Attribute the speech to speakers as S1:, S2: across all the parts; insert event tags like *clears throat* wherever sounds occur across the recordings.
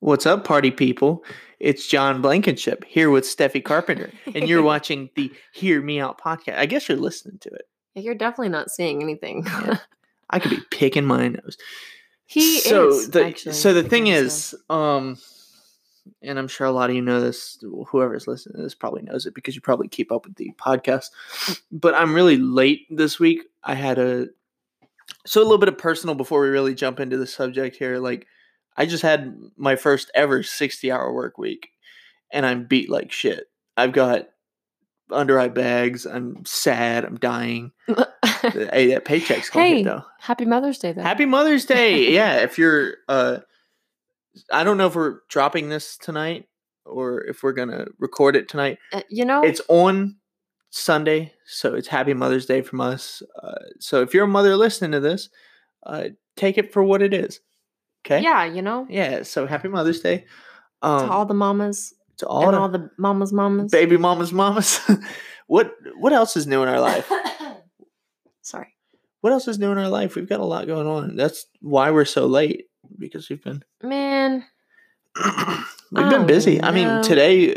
S1: What's up, party people? It's John Blankenship here with Steffi Carpenter, and you're watching the Hear Me Out podcast. I guess you're listening to it.
S2: Yeah, You're definitely not seeing anything. *laughs*
S1: Yeah. I could be picking my nose.
S2: he
S1: so
S2: is.
S1: The,
S2: actually,
S1: so the
S2: I
S1: thing
S2: think so.
S1: is, um, and I'm sure a lot of you know this. Whoever's listening to this probably knows it because you probably keep up with the podcast. But I'm really late this week. I had a so a little bit of personal before we really jump into the subject here. Like, I just had my first ever 60 hour work week, and I'm beat like shit. I've got under eye bags. I'm sad. I'm dying. hey, that paycheck's coming
S2: Hey,
S1: though.
S2: *laughs* Happy Mother's Day, though.
S1: Happy Mother's
S2: *laughs*
S1: Day. yeah, if you're uh I don't know if we're dropping this tonight or if we're going to record it tonight.
S2: Uh, you know,
S1: It's on Sunday, so it's Happy Mother's Day from us. Uh, so if you're a mother listening to this, uh take it for what it is. Okay?
S2: yeah, you know,
S1: Yeah, so Happy Mother's Day. Um
S2: to all the mamas
S1: to all
S2: and
S1: the
S2: all the mamas, mamas.
S1: baby mamas mamas. *laughs* what what else is new in our life?
S2: *laughs* Sorry.
S1: what else is new in our life? We've got a lot going on. That's why we're so late because we've been
S2: Man,
S1: *clears throat* we've been
S2: don't
S1: busy. I mean,
S2: know.
S1: today,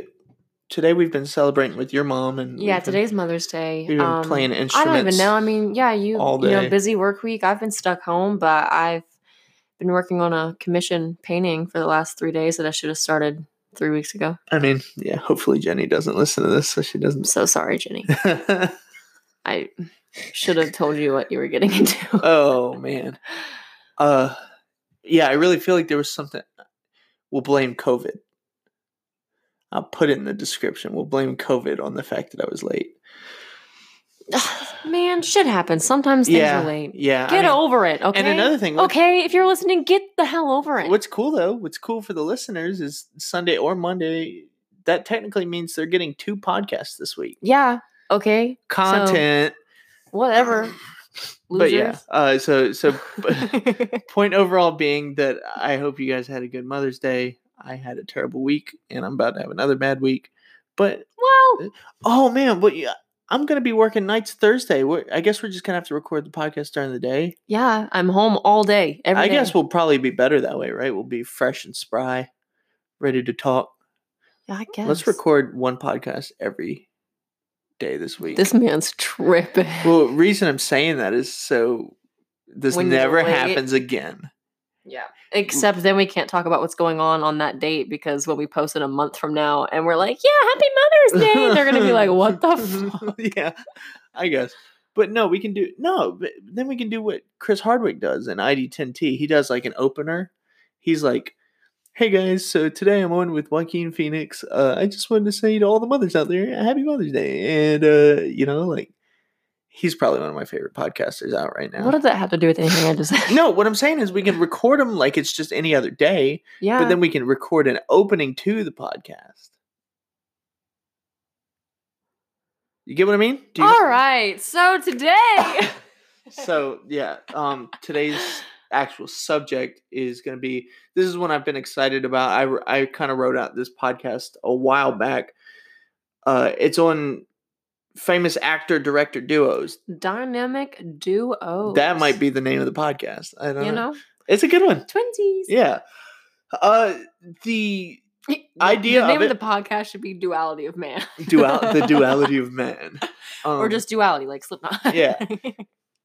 S1: today we've been celebrating with your mom, and
S2: yeah,
S1: we've been-
S2: today's Mother's Day.
S1: we've been
S2: Um,
S1: playing
S2: I
S1: instruments.
S2: don't even know. I mean, yeah, you,
S1: all
S2: you
S1: day.
S2: know, busy work week. I've been stuck home, but I've been working on a commission painting for the last three days that I should have started three weeks ago.
S1: I mean, yeah. Hopefully, Jenny doesn't listen to this, so she
S2: I'm
S1: doesn't.
S2: so sorry, Jenny. I should have told you what you were getting *laughs* into.
S1: *laughs* oh man. Uh, yeah. I really feel like there was something. We'll blame COVID. I'll put it in the description. We'll blame COVID on the fact that I was late.
S2: *sighs* Man, shit happens. Sometimes things
S1: yeah,
S2: are late.
S1: yeah. I
S2: Get
S1: mean-
S2: over it, okay?
S1: And another thing, what-
S2: okay, if you're listening, get the hell over it.
S1: What's cool though, what's cool for the listeners is Sunday or Monday. That technically means they're getting two podcasts this week.
S2: yeah, okay,
S1: Content,
S2: whatever.
S1: *laughs* but yeah.
S2: Losers.
S1: Uh, so so
S2: *laughs*
S1: *laughs* point overall being that I hope you guys had a good Mother's Day. I had a terrible week, and I'm about to have another bad week. But
S2: well,
S1: oh man, what? you- I'm gonna be working nights Thursday. We're, I guess we're just gonna have to record the podcast during the day.
S2: yeah, I'm home all day. every
S1: I
S2: day.
S1: guess we'll probably be better that way, right? We'll be fresh and spry, ready to talk.
S2: Yeah, I guess.
S1: Let's record one podcast every day this week.
S2: This man's tripping.
S1: well, reason I'm saying that is so this
S2: When you're
S1: never
S2: late.
S1: happens again.
S2: yeah. Except then we can't talk about what's going on on that date because we'll be posted a month from now and we're like, *laughs* yeah, happy Mother's Day. And they're going to be like,
S1: *laughs*
S2: what the fuck?
S1: yeah, I guess. But no, we can do no. But then we can do what Chris Hardwick does in ID10T. He does like an opener. He's like, "Hey guys, so today I'm on with Joaquin Phoenix. Uh, I just wanted to say to all the mothers out there, Happy Mother's Day." And uh, you know, like, he's probably one of my favorite podcasters out right now.
S2: What did that have to do with anything I just said?
S1: No, what I'm saying is we can record them like it's just any other day,
S2: *laughs* Yeah.
S1: but then we can record an opening to the podcast. You get what I mean? Do you-
S2: All right. So today.
S1: *laughs* So yeah, um, today's actual subject is going to be. This is one I've been excited about. I wr- I kind of wrote out this podcast a while back. Uh, it's on famous actor director duos.
S2: Dynamic duo.
S1: That might be the name of the podcast. I don't
S2: You
S1: know.
S2: know?
S1: It's a good one.
S2: Twinsies.
S1: Yeah. Uh, the
S2: The-
S1: idea
S2: The
S1: of
S2: name
S1: it-
S2: of the podcast should be Duality of Man.
S1: *laughs* dual
S2: *laughs*
S1: the duality of man, um,
S2: or just duality, like Slipknot.
S1: Yeah.
S2: *laughs*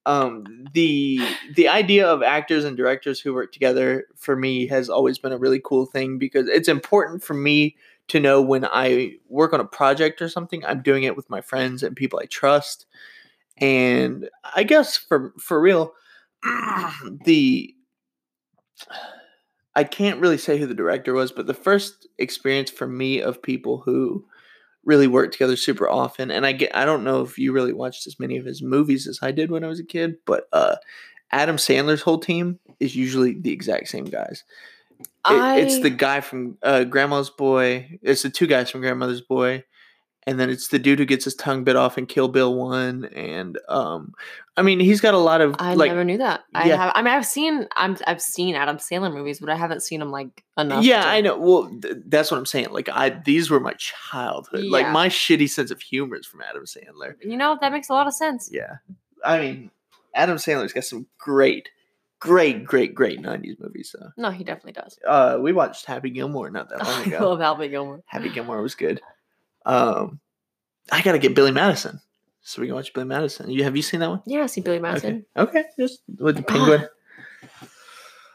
S1: um the the idea of actors and directors who work together for me has always been a really cool thing because it's important for me to know when I work on a project or something I'm doing it with my friends and people I trust and I guess for for real *clears throat* the I can't really say who the director was but the first experience for me of people who really work together super often and I get I don't know if you really watched as many of his movies as I did when I was a kid but uh Adam Sandler's whole team is usually the exact same guys it- it's the guy from uh, Grandma's Boy. It's the two guys from Grandmother's Boy, and then it's the dude who gets his tongue bit off in Kill Bill One. And um, I mean, he's got a lot of
S2: I
S1: like,
S2: never knew that. I
S1: Yeah.
S2: have. I mean, I've seen. I'm. I've seen Adam Sandler movies, but I haven't seen them like enough.
S1: yeah,
S2: to-
S1: I know. Well, th- that's what I'm saying. Like, I these were my childhood. Like
S2: Yeah.
S1: my shitty sense of humor is from Adam Sandler.
S2: You know that makes a lot of sense.
S1: Yeah, I mean, Adam Sandler's got some great great, great, great '90s movies. So,
S2: No, he definitely does.
S1: uh, we watched Happy Gilmore not that long
S2: *laughs* I
S1: ago.
S2: love Happy Gilmore.
S1: Happy Gilmore was good. Um, I gotta get Billy Madison, so we can watch Billy Madison. You have you seen that one?
S2: Yeah, I see Billy Madison.
S1: Okay, okay, just with the
S2: *sighs*
S1: penguin,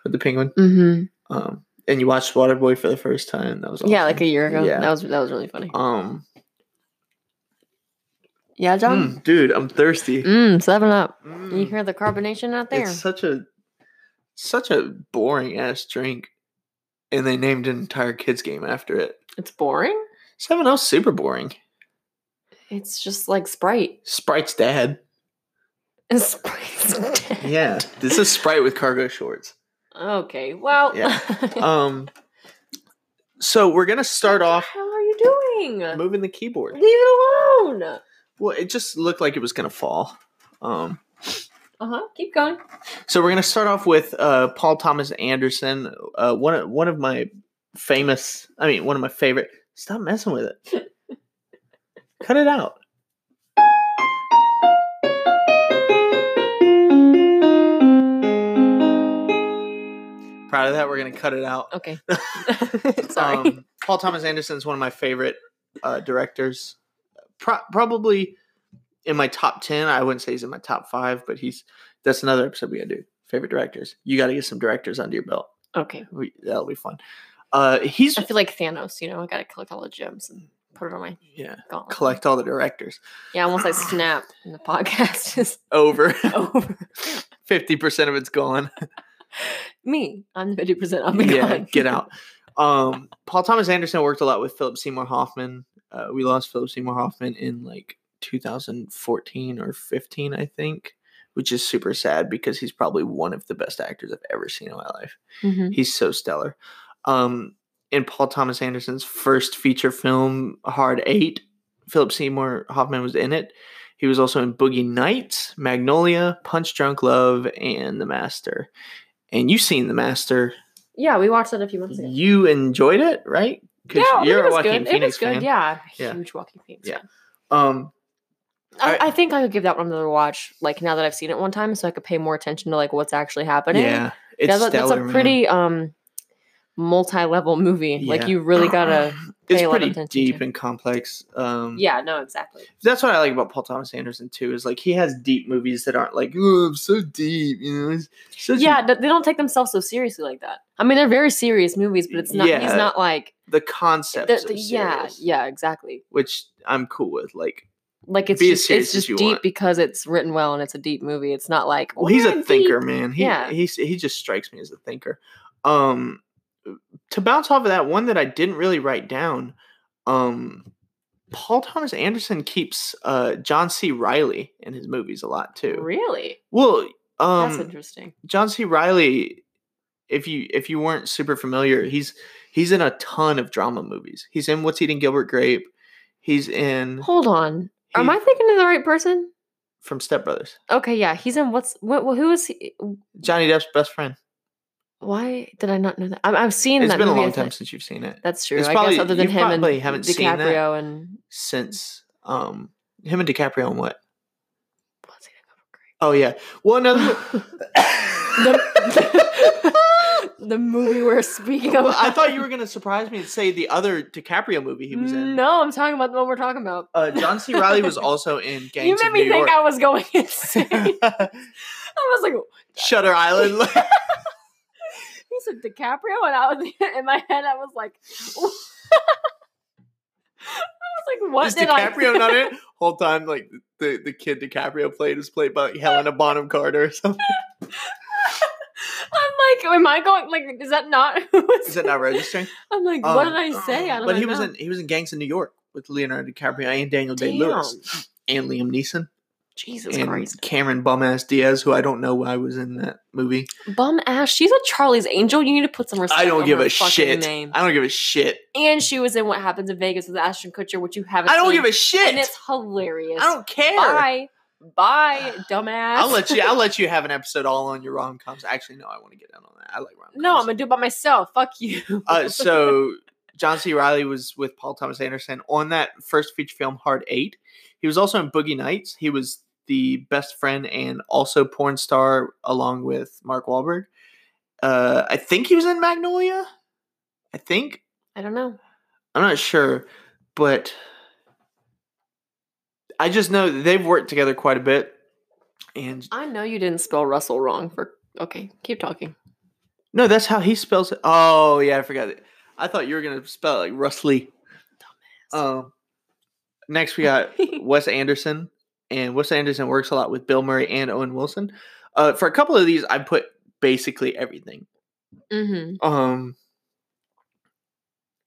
S1: with the penguin.
S2: hmm
S1: Um, and you watched Waterboy for the first time. That was awesome.
S2: Yeah, like a year ago.
S1: Yeah.
S2: That was that was really funny.
S1: um,
S2: Yeah, John.
S1: mm, dude, I'm thirsty.
S2: Mm, seven up. You
S1: Mm,
S2: hear the carbonation out there?
S1: it's such a such a boring ass drink, and they named an entire kids game after it.
S2: It's boring.
S1: Seven O's super boring.
S2: It's just like Sprite. *laughs*
S1: Sprite's dad.
S2: Sprite's dead.
S1: *laughs* Yeah, this is Sprite with cargo *laughs* shorts.
S2: Okay. Well. *laughs*
S1: Yeah. Um, so we're gonna start
S2: What the
S1: off
S2: hell are you doing?
S1: moving the
S2: Leave
S1: keyboard.
S2: it alone. Uh
S1: Well, it just looked like it was gonna fall. Um,
S2: huh. Uh-huh, Keep going.
S1: So we're going to start off with uh, Paul Thomas Anderson, uh, one of, one of my famous. I mean, one of my favorite. Stop messing with it. Cut it out. Proud of that. We're going to cut it out. *laughs*
S2: Okay. *laughs* Sorry.
S1: Um, Paul Thomas Anderson is one of my favorite uh, directors. Pro- probably in my top ten. I wouldn't say he's in my top five, but he's that's another episode we gotta do. Favorite directors. You gotta get some directors under your belt.
S2: okay.
S1: We, that'll be fun. Uh, he's
S2: I feel like Thanos. You know, I gotta collect all the gems and put it on my
S1: yeah.
S2: gauntlet.
S1: Collect all the directors.
S2: Yeah, almost like
S1: *sighs*
S2: snap, and the podcast is *laughs*
S1: Over *laughs*
S2: over.
S1: fifty percent of it's gone.
S2: Me, I'm fifty percent. *laughs* I'll be
S1: yeah,
S2: gone.
S1: get
S2: *laughs*
S1: out. Um, Paul Thomas Anderson worked a lot with Philip Seymour Hoffman. Uh, we lost Philip Seymour Hoffman in like 2014 or 15, I think, which is super sad because he's probably one of the best actors I've ever seen in my life.
S2: Mhm.
S1: He's so stellar. Um, in Paul Thomas Anderson's first feature film, Hard Eight, Philip Seymour Hoffman was in it. He was also in Boogie Nights, Magnolia, Punch Drunk Love, and The Master. And you've seen The Master.
S2: Yeah, we watched that a few months ago.
S1: You enjoyed it, right?
S2: Yeah, I think
S1: you're
S2: it
S1: a
S2: was
S1: Joaquin
S2: good. it
S1: Phoenix
S2: was good.
S1: fan.
S2: Yeah, I'm
S1: Yeah.
S2: a huge Walking Phoenix.
S1: Yeah.
S2: Yeah,
S1: Um,
S2: I,
S1: I-
S2: I think I could give that one another watch. Like now that I've seen it one time, so I could pay more attention to like what's actually happening.
S1: yeah, it's
S2: that's, a- that's
S1: stellar,
S2: a
S1: man.
S2: pretty um multi-level movie.
S1: Yeah.
S2: Like you really
S1: *clears throat*
S2: gotta.
S1: It's
S2: pay a lot of
S1: pretty
S2: attention
S1: deep
S2: to.
S1: and complex. Um,
S2: yeah. No. Exactly.
S1: that's what I like about Paul Thomas Anderson too. Is like he has deep movies that aren't like oh, I'm so deep, you know. It's such a-
S2: Yeah. th- They don't take themselves so seriously like that. I mean, they're very serious movies, but it's not. He's
S1: Yeah.
S2: not like.
S1: the concept.
S2: the- the- yeah. Yeah. Exactly.
S1: Which I'm cool with. Like,
S2: Like it's
S1: Be as
S2: just,
S1: serious
S2: it's
S1: as
S2: just
S1: you
S2: deep
S1: want.
S2: because it's written well and it's a deep movie. It's not like
S1: well, he's
S2: "We're
S1: a
S2: deep."
S1: thinker, man. He,
S2: Yeah.
S1: He's he just strikes me as a thinker. Um, to bounce off of that one that I didn't really write down, um, Paul Thomas Anderson keeps uh John C. Riley in his movies a lot too.
S2: Really?
S1: Well, um,
S2: That's interesting.
S1: John C. Riley, if you if you weren't super familiar, he's he's in a ton of drama movies. He's in What's Eating Gilbert Grape. He's in
S2: Hold on. Am
S1: he-
S2: I thinking of the right person?
S1: from Step Brothers.
S2: Okay, yeah, he's in what's what? what- Who is he?
S1: Johnny Depp's best friend.
S2: Why did I not know that? I, I've seen
S1: It's
S2: that.
S1: been a
S2: movie, I
S1: long
S2: think.
S1: time since you've seen it.
S2: That's true.
S1: It's
S2: I
S1: probably-
S2: guess other than
S1: you
S2: him
S1: probably
S2: and
S1: haven't
S2: DiCaprio
S1: seen that.
S2: and
S1: Since um him and DiCaprio and what?
S2: what's he name?
S1: Oh yeah. Well another
S2: *laughs*
S1: *laughs*
S2: the,
S1: *laughs*
S2: *laughs* the movie we're speaking of.
S1: I thought you were gonna surprise me and say the other DiCaprio movie he was in.
S2: No, I'm talking about the one we're talking about.
S1: Uh, John C. Riley was also in
S2: *laughs*
S1: Gangs
S2: you made
S1: of
S2: me
S1: New
S2: think
S1: York.
S2: I was going *laughs*
S1: *laughs*
S2: insane. I was like,
S1: Shutter Island. *laughs*
S2: he said DiCaprio, and I was *laughs* in my head, I was like, *laughs* I was like, what
S1: Is
S2: did
S1: DiCaprio
S2: I?
S1: not
S2: *laughs*
S1: in it? Whole time, like the the kid DiCaprio played was played by like, Helena Bonham Carter or something.
S2: I'm like, am I going? Like, is that not? who was
S1: Is that not registering?
S2: I'm like, *laughs* what
S1: Um,
S2: did I say? I don't
S1: But he
S2: know.
S1: was in he was in Gangs of New York with Leonardo DiCaprio and Daniel Day
S2: Damn.
S1: Lewis and Liam Neeson
S2: Jesus
S1: and
S2: Christ.
S1: Cameron Bumass Diaz, who I don't know why was in that movie.
S2: Bum ass. She's a Charlie's Angel. You need to put some respect.
S1: I don't
S2: on
S1: give
S2: her
S1: a
S2: fucking
S1: shit.
S2: Name.
S1: I don't give a shit.
S2: And she was in What Happens in Vegas with Ashton Kutcher, which you haven't.
S1: I don't
S2: seen,
S1: give a shit.
S2: And it's hilarious.
S1: I don't care.
S2: Bye,
S1: *sighs*
S2: bye, dumbass.
S1: I'll let you. I'll let you have an episode all on your rom coms. Actually, no, I want to get down on that. I like rom.
S2: *laughs* No, I'm gonna do it by myself. Fuck you.
S1: uh, so John C. Riley was with Paul Thomas Anderson on that first feature film, Hard Eight. He was also in Boogie Nights. He was the best friend and also porn star, along with Mark Wahlberg. Uh, I think he was in Magnolia. I think
S2: *laughs* I don't know.
S1: I'm not sure, but I just know that they've worked together quite a bit. And
S2: I know you didn't spell Russell wrong for. Okay, keep talking.
S1: no, that's how he spells it. Oh yeah, I forgot it. I thought you were gonna spell it like Rusley. Um, next we got Wes Anderson, and Wes Anderson works a lot with Bill Murray and Owen Wilson. Uh, for a couple of these, I put basically everything.
S2: hmm
S1: Um,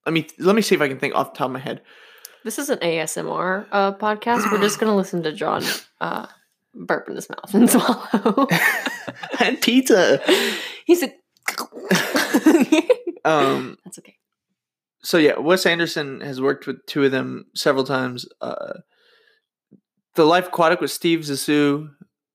S1: let me let me see if I can think off the top of my head. *laughs*
S2: This is an ASMR uh, podcast. We're just gonna listen to John uh, burp in his mouth and *laughs* swallow.
S1: Pizza.
S2: He said,
S1: Um,
S2: *laughs* "That's okay."
S1: so yeah, Wes Anderson has worked with two of them several times. Uh, the Life Aquatic with Steve Zissou,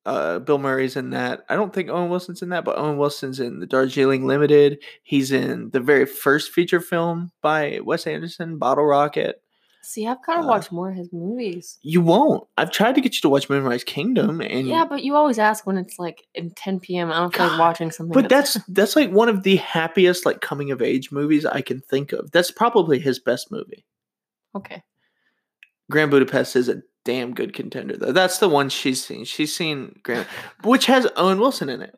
S1: uh, Bill Murray's in that. I don't think Owen Wilson's in that, but Owen Wilson's in the Darjeeling Limited. He's in the very first feature film by Wes Anderson, Bottle Rocket.
S2: See, I've kind of
S1: Uh,
S2: watched more of his movies.
S1: You won't. I've tried to get you to watch Moonrise Kingdom, and
S2: Yeah, but you always ask when it's like in 10 p.m. I don't feel *gasps* like
S1: God,
S2: watching something.
S1: But that's that's like one of the happiest like coming of age movies I can think of. That's probably his best movie.
S2: okay.
S1: Grand Budapest is a damn good contender though. That's the one she's seen. She's seen
S2: *laughs*
S1: Grand, which has Owen Wilson in it.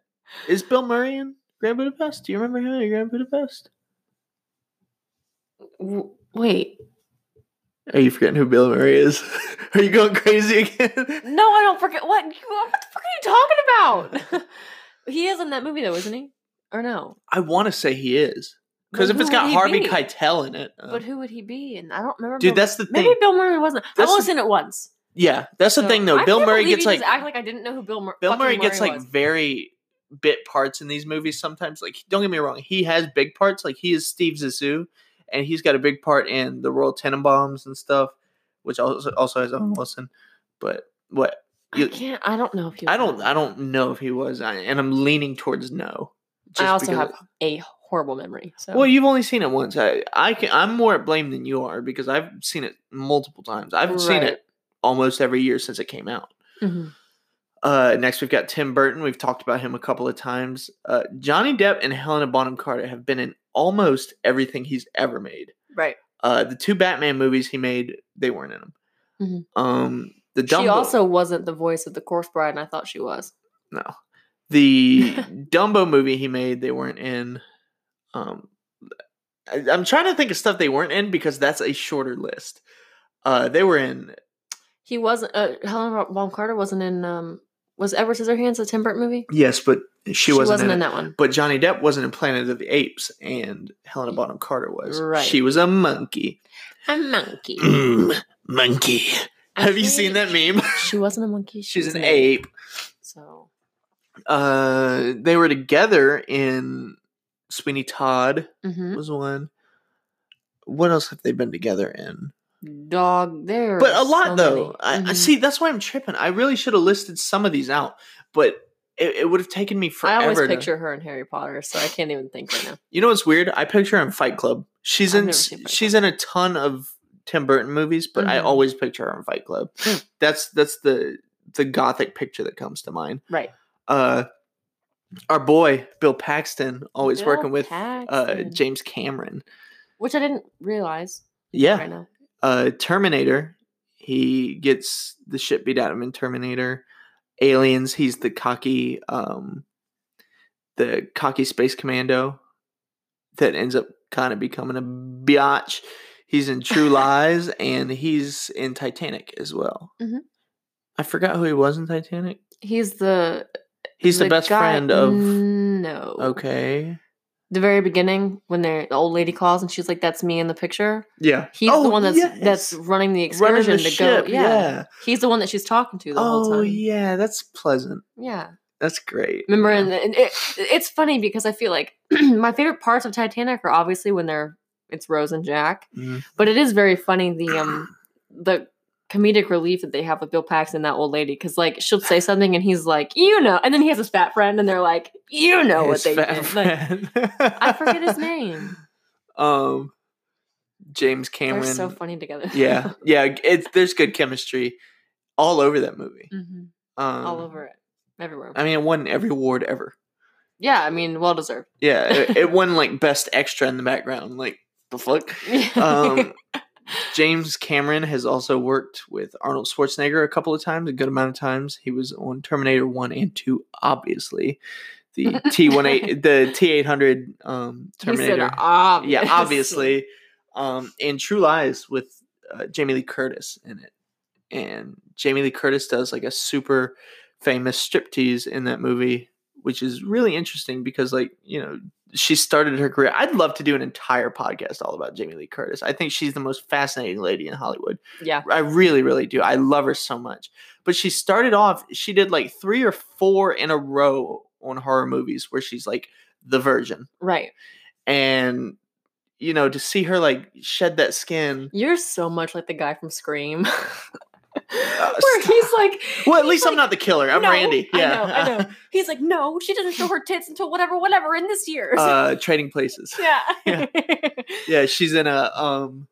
S1: Is Bill Murray in Grand Budapest? Do you remember him in Grand Budapest?
S2: W- wait,
S1: Are you forgetting who Bill Murray is? *laughs* Are you going crazy again?
S2: no, I don't forget. What? you- What the fuck are you talking about? *laughs* he is in that movie though, isn't he? Or no?
S1: I want to say he is because
S2: But
S1: if it's
S2: who
S1: got
S2: would he
S1: Harvey
S2: be?
S1: Keitel in it, uh,
S2: But who would he be? And I don't remember.
S1: dude,
S2: Bill-
S1: that's the thing.
S2: maybe Bill Murray wasn't. I've
S1: that's
S2: only
S1: the-
S2: seen it once.
S1: yeah, that's the
S2: so
S1: thing though.
S2: I
S1: Bill
S2: can't
S1: Murray
S2: believe
S1: gets
S2: you
S1: like
S2: just act like I didn't know who Bill Mur-
S1: Bill
S2: fucking
S1: Murray gets like
S2: was.
S1: very bit parts in these movies sometimes. Like, don't get me wrong, he has big parts. Like, he is Steve Zissou, and he's got a big part in the Royal Tenenbaums and stuff, which also also has Owen Wilson. But what
S2: I
S1: you,
S2: can't. I don't know if he.
S1: I
S2: was
S1: don't,
S2: in it.
S1: I don't know if he was, I, and I'm leaning towards no.
S2: I also
S1: because-
S2: have a horrible memory. So
S1: Well, you've only seen it once. I, I can, I'm more at blame than you are because I've seen it multiple times. I've seen
S2: Right.
S1: it almost every year since it came out.
S2: Mhm.
S1: Uh, next, we've got Tim Burton. We've talked about him a couple of times. Uh, Johnny Depp and Helena Bonham Carter have been in almost everything he's ever made.
S2: right.
S1: Uh, the two Batman movies he made, they weren't in them.
S2: Mhm.
S1: Um, the Dumbo,
S2: She also wasn't the voice of the Course Bride, and I thought she was.
S1: no, the Dumbo movie he made, they weren't in. Um, I, I'm trying to think of stuff they weren't in because that's a shorter list. Uh, they were in.
S2: He wasn't. Uh, Helen Baum Carter wasn't in. Um, was Ever Scissorhands a Tim Burton movie?
S1: Yes, but she, wasn't, in, it.
S2: that one.
S1: But Johnny Depp wasn't in Planet of the Apes, and Helena Bonham Carter was.
S2: Right.
S1: She was a monkey. *clears throat*
S2: A monkey.
S1: Mm, monkey. *laughs* Have you
S2: Actually,
S1: seen that
S2: *laughs*
S1: meme?
S2: She wasn't a monkey. She
S1: She's
S2: was
S1: an ape.
S2: So
S1: Uh, they were together in Sweeney Todd
S2: mhm.
S1: was one. What else have they been together in?
S2: dog there.
S1: But a
S2: are
S1: lot
S2: so
S1: though.
S2: many.
S1: I, I
S2: Mhm.
S1: see. That's why I'm tripping. I really should have listed some of these out, but it, it would have taken me forever.
S2: I always
S1: to-
S2: picture her in Harry Potter, so I can't even think right now.
S1: You know what's weird? I picture her in Fight Club. She's
S2: I've
S1: in
S2: never
S1: s-
S2: seen Fight
S1: she's in a ton of Tim Burton movies, but I
S2: Mhm.
S1: always picture her in Fight Club.
S2: Hmm.
S1: that's that's the the gothic picture that comes to mind.
S2: Right.
S1: Uh our boy Bill Paxton always
S2: Bill
S1: working with uh
S2: Paxton.
S1: James Cameron.
S2: which I didn't realize.
S1: Yeah.
S2: Right now.
S1: Uh Terminator, he gets the shit beat out of him in Terminator. Aliens, he's the cocky um the cocky space commando that ends up kind of becoming a biatch. He's in
S2: *laughs*
S1: True Lies and he's in Titanic as well.
S2: Mhm.
S1: I forgot who he was in Titanic.
S2: He's the
S1: He's the, best
S2: guy-
S1: friend of.
S2: no.
S1: Okay.
S2: The very beginning when they're, the old lady calls and she's like, "That's me in the picture."
S1: Yeah.
S2: He's the one that's that's
S1: Oh, yes.
S2: running the
S1: Running
S2: excursion
S1: the
S2: to
S1: ship,
S2: go. Yeah.
S1: yeah.
S2: he's the one that she's talking to the whole
S1: Oh
S2: time.
S1: yeah, that's pleasant.
S2: yeah.
S1: That's great.
S2: Remember,
S1: Yeah.
S2: and and it, it's funny because I feel like *clears throat* my favorite parts of Titanic are obviously when they're it's Rose and Jack,
S1: Mhm.
S2: but it is very funny the
S1: *sighs*
S2: um the comedic relief that they have with Bill Paxton and that old lady because like she'll say something and he's like you know, and then he has his fat friend and they're like you know what
S1: His
S2: they
S1: fat *laughs*
S2: did. Like,
S1: friend.
S2: I
S1: *laughs*
S2: forget his name.
S1: Um, James Cameron.
S2: They're *laughs* so funny together.
S1: yeah, yeah. It's there's good chemistry all over that movie.
S2: Mhm.
S1: Um,
S2: all over it, everywhere.
S1: I mean, it won every award ever.
S2: yeah, I mean, well deserved. *laughs*
S1: Yeah, it, it won like best extra in the background. Like the fuck.
S2: *laughs*
S1: Um, James Cameron has also worked with Arnold Schwarzenegger a couple of times, a good amount of times. He was on Terminator One and Two, obviously. The T one
S2: *laughs*
S1: eight, the T eight hundred um, Terminator.
S2: He said, *laughs* obviously.
S1: yeah, obviously. Um, and True Lies with uh, Jamie Lee Curtis in it, and Jamie Lee Curtis does like a super famous striptease in that movie, which is really interesting because like you know she started her career. I'd love to do an entire podcast all about Jamie Lee Curtis. I think she's the most fascinating lady in Hollywood.
S2: Yeah.
S1: I really, really do. I love her so much. But she started off, she did like three or four in a row on horror movies where she's like the virgin.
S2: Right.
S1: And, you know, to see her like shed that skin.
S2: You're so much like the guy from Scream. *laughs* Where
S1: Uh, stop.
S2: he's like,
S1: Well, at
S2: he's
S1: least I'm
S2: like,
S1: not the killer. I'm
S2: "No,
S1: Randy. Yeah.
S2: I know,
S1: *laughs*
S2: I know. He's like, no, she doesn't show her tits until whatever, whatever, in this year.
S1: uh, trading places.
S2: *laughs* yeah.
S1: yeah. Yeah, she's in a um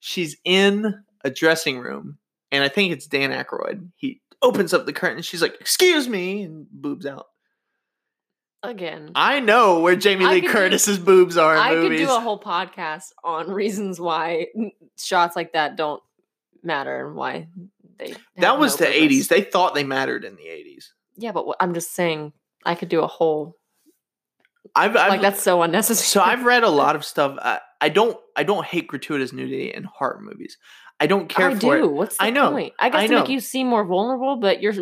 S1: she's in a dressing room and I think it's Dan Aykroyd. He opens up the curtain, she's like, excuse me, and boobs out.
S2: *laughs* Again.
S1: I know where Jamie
S2: I
S1: Lee
S2: could do-
S1: Curtis's boobs are in
S2: I could
S1: movies.
S2: do a whole podcast on reasons why shots like that don't matter and why they. have
S1: that was
S2: no
S1: the
S2: purpose.
S1: 80s. They thought they mattered in the 80s.
S2: Yeah, but wh- I'm just saying, I could do a whole
S1: I've, I've
S2: like that's so unnecessary.
S1: so I've read a lot of stuff. I, I don't I don't hate gratuitous nudity in horror movies. I don't care
S2: *laughs* I
S1: for
S2: do.
S1: it.
S2: What's the
S1: I know.
S2: point? I guess
S1: I
S2: to make
S1: know.
S2: you seem more vulnerable, but you're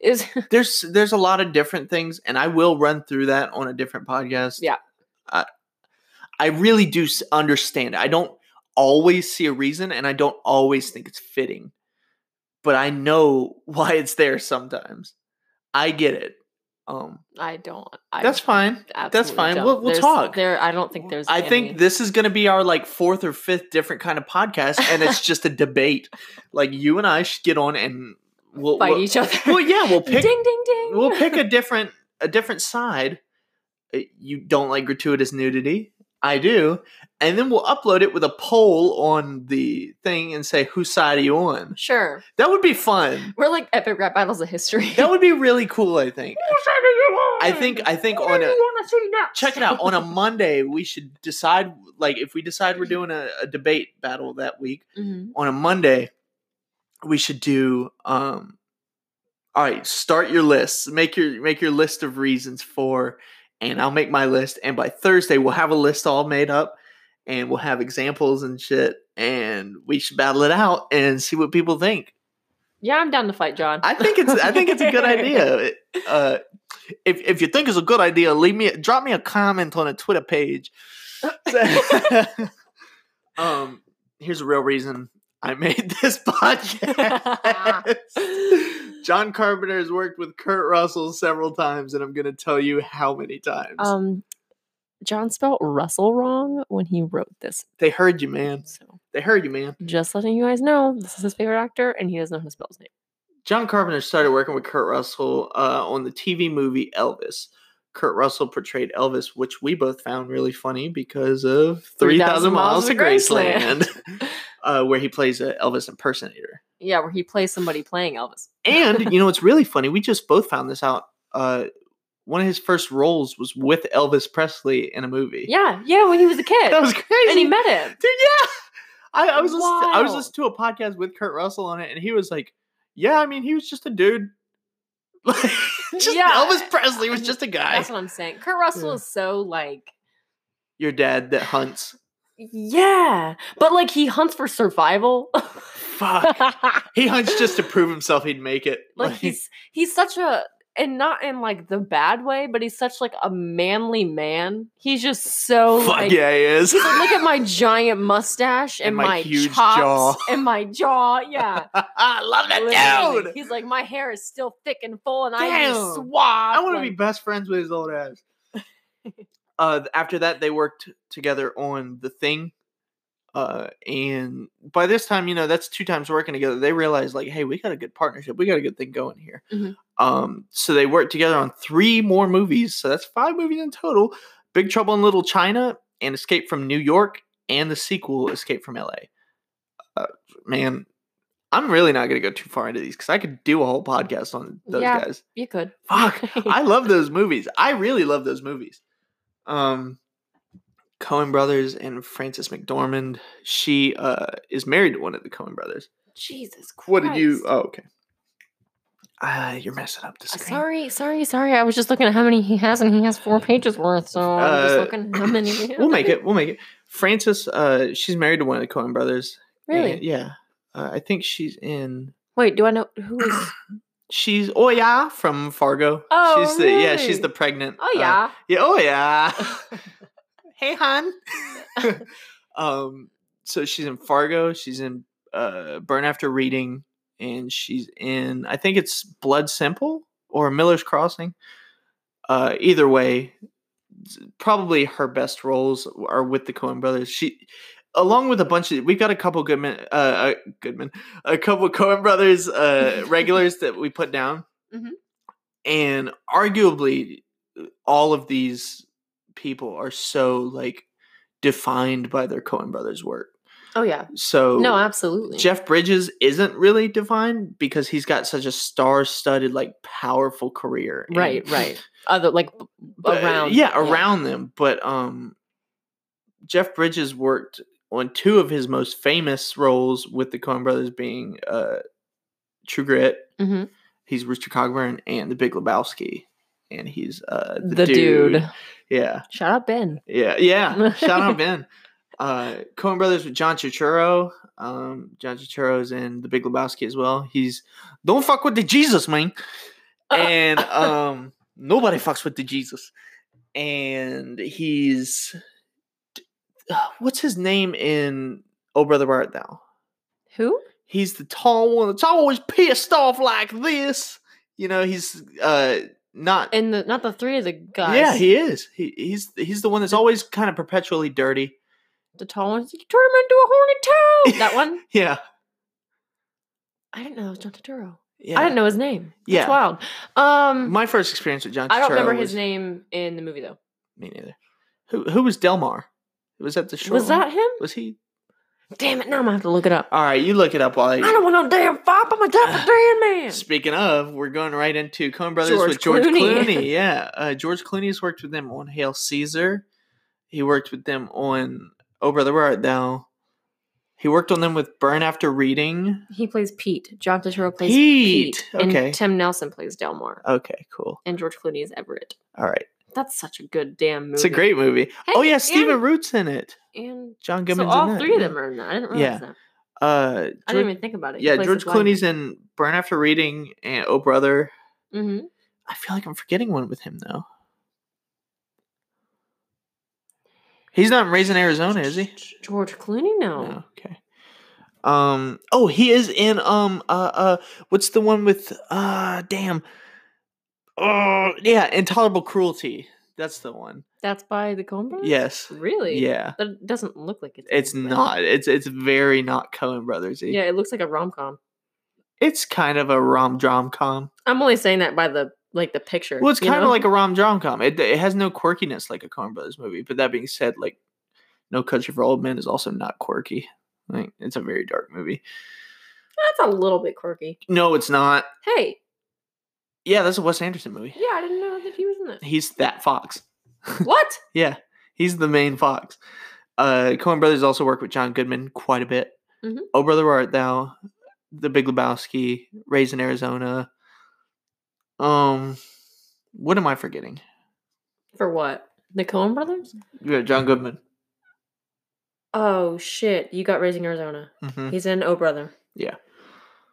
S2: is
S1: There's there's a lot of different things, and I will run through that on a different podcast.
S2: Yeah.
S1: I, I really do s- understand. I don't always see a reason, and I don't always think it's fitting, but I know *laughs* why it's there sometimes. I get it. Um,
S2: I don't. I
S1: that's fine.
S2: absolutely
S1: fine.
S2: don't.
S1: We'll- we'll
S2: There's-
S1: talk.
S2: There, I don't think there's.
S1: I think
S2: any-
S1: this is going to be our like fourth or fifth different kind of podcast, and it's just a debate. Like you and I should get on and we'll
S2: fight
S1: we'll,
S2: each other. *laughs*
S1: well, yeah, we'll pick
S2: ding ding ding.
S1: we'll pick a different a different side. Uh, You don't like gratuitous nudity, I do, and then we'll upload it with a poll on the thing and say whose side are you on.
S2: sure.
S1: That would be fun.
S2: We're like epic rap battles of history. *laughs*
S1: That would be really cool. I think. I
S2: I
S1: think. I think
S2: What
S1: on
S2: do
S1: a
S2: you want to see next?
S1: check it out *laughs* on a monday we should decide like if we decide we're doing a, a debate battle that week
S2: Mhm.
S1: on a monday we should do um all right start your lists make your make your list of reasons for and i'll make my list and by thursday we'll have a list all made up and we'll have examples and shit and we should battle it out and see what people think
S2: Yeah, I'm down to fight, John.
S1: i think it's i think it's a good
S2: *laughs*
S1: idea It- uh if, if you think it's a good idea leave me drop me a comment on a twitter page um, here's a real reason I made *laughs* this podcast. John Carpenter has worked with Kurt Russell several times, and I'm going to tell you how many times.
S2: um, John spelled Russell wrong when he wrote this.
S1: they heard you, man.
S2: So
S1: They heard you, man.
S2: just letting you guys know, this is his favorite actor, and he doesn't know how to spell his name.
S1: John Carpenter started working with Kurt Russell uh, on the TV movie Elvis. Kurt Russell portrayed Elvis, which we both found really funny because of 3,000 Miles to Graceland, *laughs* uh, where he plays an Elvis impersonator.
S2: *laughs* Yeah, where he plays somebody playing Elvis.
S1: And you know, it's really funny. We just both found this out. Uh, one of his first roles was with Elvis Presley in a movie.
S2: Yeah, yeah, when he was a kid,
S1: that was crazy.
S2: and he met him.
S1: Dude, yeah. I, I was listening, I was
S2: Wow.
S1: listening to a podcast with Kurt Russell on it, and he was like, "Yeah, I mean, he was just a dude. *laughs* Like, just
S2: Yeah.
S1: Elvis Presley
S2: *laughs*
S1: was just a guy.
S2: That's what I'm saying. Kurt Russell
S1: Yeah.
S2: is so like,
S1: Your dad that hunts.
S2: yeah, but like he hunts for *laughs* survival.
S1: Fuck. he hunts just to prove himself he'd make it.
S2: like he's he's such a and not in like the bad way, but he's such like a manly man. He's just
S1: *laughs*
S2: so
S1: fuck
S2: like, *laughs*
S1: yeah, he is.
S2: he's like, look at my giant mustache and,
S1: And my
S2: my,
S1: huge
S2: chops
S1: jaw."
S2: and my jaw. *laughs* Yeah,
S1: *laughs* I love that
S2: Literally.
S1: dude.
S2: He's like, my hair is still thick and full, and I
S1: Damn.
S2: am suave.
S1: I want to be best friends with his old
S2: *laughs*
S1: ass. uh, th- after that, they worked together on The Thing. Uh, and by this time, you know, that's two times working together. They realized, like, hey, we got a good partnership. We got a good thing going here.
S2: Mhm.
S1: Um, so they worked together on three more movies. So that's five movies in total Big Trouble in Little China and Escape from New York and the sequel, Escape from LA. Uh, man, I'm really not going to go too far into these because I could do a whole podcast on those
S2: Yeah.
S1: guys.
S2: You could.
S1: Fuck,
S2: *laughs*
S1: I love those movies. I really love those movies. Um, Cohen brothers and Frances McDormand. She uh is married to one of the Cohen brothers.
S2: Jesus Christ.
S1: What did you? Oh, okay. Uh, you're messing up the
S2: Uh,
S1: screen.
S2: Sorry, sorry, sorry. I was just looking at how many he has, and he has four pages worth. So I'm just
S1: Uh,
S2: looking at how many. we
S1: We'll
S2: have.
S1: make it. We'll make it. Frances, uh, she's married to one of the Cohen brothers.
S2: Really?
S1: And- yeah. Uh, I think she's in.
S2: Wait, do I know who
S1: *clears throat*
S2: is?
S1: She's Oya from Fargo.
S2: Oh,
S1: she's the yeah. She's
S2: really?
S1: the pregnant.
S2: Oh
S1: uh,
S2: yeah.
S1: Yeah, oh yeah. hey Han. *laughs* um so she's in Fargo, she's in uh Burn After Reading, and she's in I think it's Blood Simple or Miller's Crossing. Uh either way, s- probably her best roles are with the Coen brothers. She along with a bunch of we've got a couple Goodman uh, uh Goodman, a couple *laughs* Coen brothers uh regulars that we put down.
S2: Mhm.
S1: And arguably all of these people are so like defined by their Cohen brothers work.
S2: Oh yeah.
S1: So
S2: No, absolutely.
S1: Jeff Bridges isn't really defined because he's got such a star-studded, like powerful career. and-
S2: Right, right. Other like b-
S1: *laughs* but-
S2: around.
S1: yeah, around them. But um, Jeff Bridges worked on two of his most famous roles with the Coen brothers, being uh, True Grit.
S2: hmm
S1: He's Rooster Cogburn and The Big Lebowski, and he's uh,
S2: The, dude.
S1: Yeah.
S2: Shout out Ben.
S1: Yeah, yeah. Shout out Ben. Uh, Coen Brothers with John Turturro. Um, John Turturro is in The Big Lebowski as well. He's don't fuck with the Jesus, man. And um, nobody fucks with the Jesus. And he's what's his name in Oh Brother Where Art Thou?
S2: Who?
S1: He's the tall one that's always pissed off like this. You know, he's uh not
S2: And the not the three of the guys.
S1: Yeah, he is. He, he's he's the one that's always kind of perpetually dirty.
S2: the tall one. You turn him into a
S1: *laughs*
S2: horny toad. that one.
S1: Yeah.
S2: I didn't know it was John Turturro.
S1: Yeah.
S2: I didn't know his name.
S1: Yeah.
S2: That's wild. Um,
S1: My first experience with John
S2: I don't
S1: Turturro
S2: remember his
S1: was-
S2: name in the movie though.
S1: Me neither. Who who was Delmar? Was that the short
S2: was
S1: one?
S2: that him?
S1: Was he?
S2: Damn it! Now I'm gonna have to look it up.
S1: All right, you look it up while I.
S2: I don't want no damn fop. I'm a *sighs* damn damn man.
S1: Speaking of, we're going right into Coen Brothers
S2: George
S1: with George
S2: Clooney.
S1: Clooney.
S2: *laughs*
S1: Yeah, uh, George Clooney has worked with them on Hail Caesar. He worked with them on Oh Brother Where Art Thou. He worked on them with Burn After Reading.
S2: He plays Pete. John Turturro plays Pete.
S1: Pete, okay.
S2: And Tim Nelson plays Delmar.
S1: Okay, cool.
S2: And George Clooney is Everett.
S1: All right,
S2: That's such a good damn movie.
S1: it's a great movie. oh
S2: Hey,
S1: yeah, Stephen
S2: and-
S1: Root's in it.
S2: And
S1: John
S2: so
S1: Gibbons.
S2: all
S1: in
S2: three of
S1: that.
S2: them are in that. I didn't realize
S1: Yeah.
S2: that.
S1: Uh, George,
S2: I didn't even think about it.
S1: yeah, George Clooney's in Burn After Reading and Oh Brother.
S2: hmm
S1: I feel like I'm forgetting one with him though. He's not in Raising Arizona, is he?
S2: George Clooney? No.
S1: No, okay. Um. Oh, he is in um. Uh. Uh. What's the one with uh? Damn. Oh yeah, Intolerable Cruelty. That's the one.
S2: That's by the Coen Brothers?
S1: Yes.
S2: Really?
S1: Yeah.
S2: That doesn't look like it's.
S1: It's
S2: them, but-
S1: not. It's it's very not Cohen Brothers.
S2: Yeah, it looks like a rom com.
S1: It's kind of a rom drom com.
S2: I'm only saying that by the like the picture.
S1: Well, it's
S2: you
S1: kind
S2: know?
S1: of like a rom drom com. It, it has no quirkiness like a Coen Brothers movie. But that being said, like No Country for Old Men is also not quirky. Like it's a very dark movie.
S2: that's a little bit quirky.
S1: No, it's not.
S2: Hey,
S1: Yeah, that's a Wes Anderson movie.
S2: yeah, I didn't know that he was in that.
S1: He's that fox.
S2: what?
S1: Yeah, he's the main fox. Uh, Coen Brothers also work with John Goodman quite a bit.
S2: Mhm.
S1: Oh Brother Where Art Thou, The Big Lebowski, Raised in Arizona. Um, what am I forgetting?
S2: For what? The Coen Brothers?
S1: Yeah,
S2: Mm-hmm.
S1: John Goodman.
S2: Oh shit! You got Raising Arizona.
S1: hmm
S2: He's in Oh Brother.
S1: Yeah.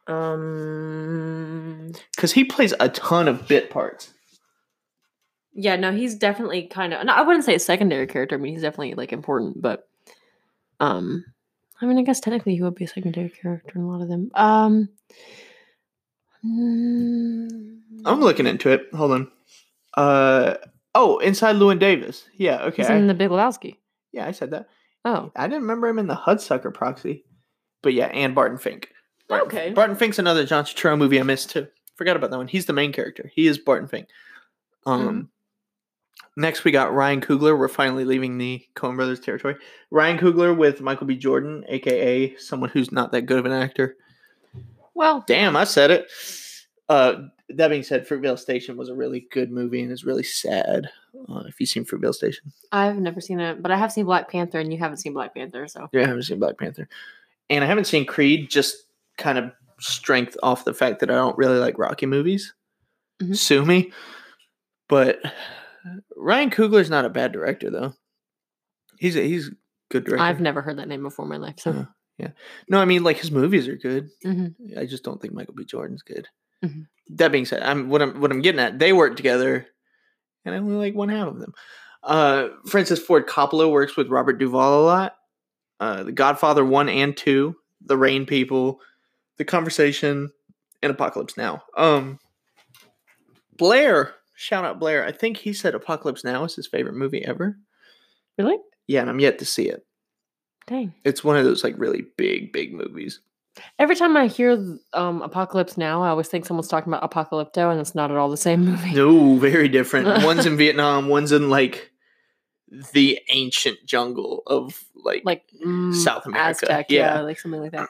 S2: Um.
S1: because he plays a ton of bit parts.
S2: Yeah, no, he's definitely kind of. No, I wouldn't say a secondary character. I mean, he's definitely like important, but um, I mean, I guess technically he would be a secondary character in a lot of them. Um, mm,
S1: I'm looking into it. Hold on. Uh oh, inside Lewin Davis. Yeah, okay.
S2: He's in the Big Lebowski.
S1: yeah, I said that.
S2: Oh,
S1: I didn't remember him in the Hudsucker Proxy, but yeah, and Barton Fink. Barton,
S2: Okay.
S1: Barton Fink's another John Turturro movie I missed too. Forgot about that one. He's the main character. He is Barton Fink. Um.
S2: Hmm.
S1: Next, we got Ryan Coogler. We're finally leaving the Coen Brothers territory. Ryan Coogler with Michael B. Jordan, aka someone who's not that good of an actor.
S2: Well,
S1: Damn, I said it. Uh, that being said, Fruitvale Station was a really good movie and is really sad. Uh, if you've seen Fruitvale Station,
S2: I've never seen it, but I have seen Black Panther, and you haven't seen Black Panther, so
S1: yeah, I haven't seen Black Panther, and I haven't seen Creed. Just kind of strength off the fact that I don't really like Rocky movies.
S2: Mhm.
S1: Sue me, but Ryan Coogler's not a bad director though. He's a, he's a good director.
S2: I've never heard that name before in my life. So,
S1: Yeah. no, I mean like his movies are good.
S2: Mhm.
S1: I just don't think Michael B. Jordan's good.
S2: Mhm.
S1: That being said, I'm what I'm what I'm getting at. They work together, and I only like one half of them. Uh, Francis Ford Coppola works with Robert Duvall a lot. Uh, the Godfather one and two, The Rain People, The Conversation, and Apocalypse Now. Um, Blair, shout out Blair. I think he said Apocalypse Now is his favorite movie ever.
S2: really,
S1: Yeah, and I'm yet to see it.
S2: dang.
S1: It's one of those like really big, big movies.
S2: Every time I hear th- um, Apocalypse Now, I always think someone's talking about Apocalypto, and it's not at all the same *laughs* movie.
S1: No, very
S2: *laughs*
S1: different. one's in Vietnam, one's in like the ancient jungle of like,
S2: Like mm,
S1: South America.
S2: Aztec, yeah.
S1: yeah.
S2: like something
S1: *clears throat*
S2: like that.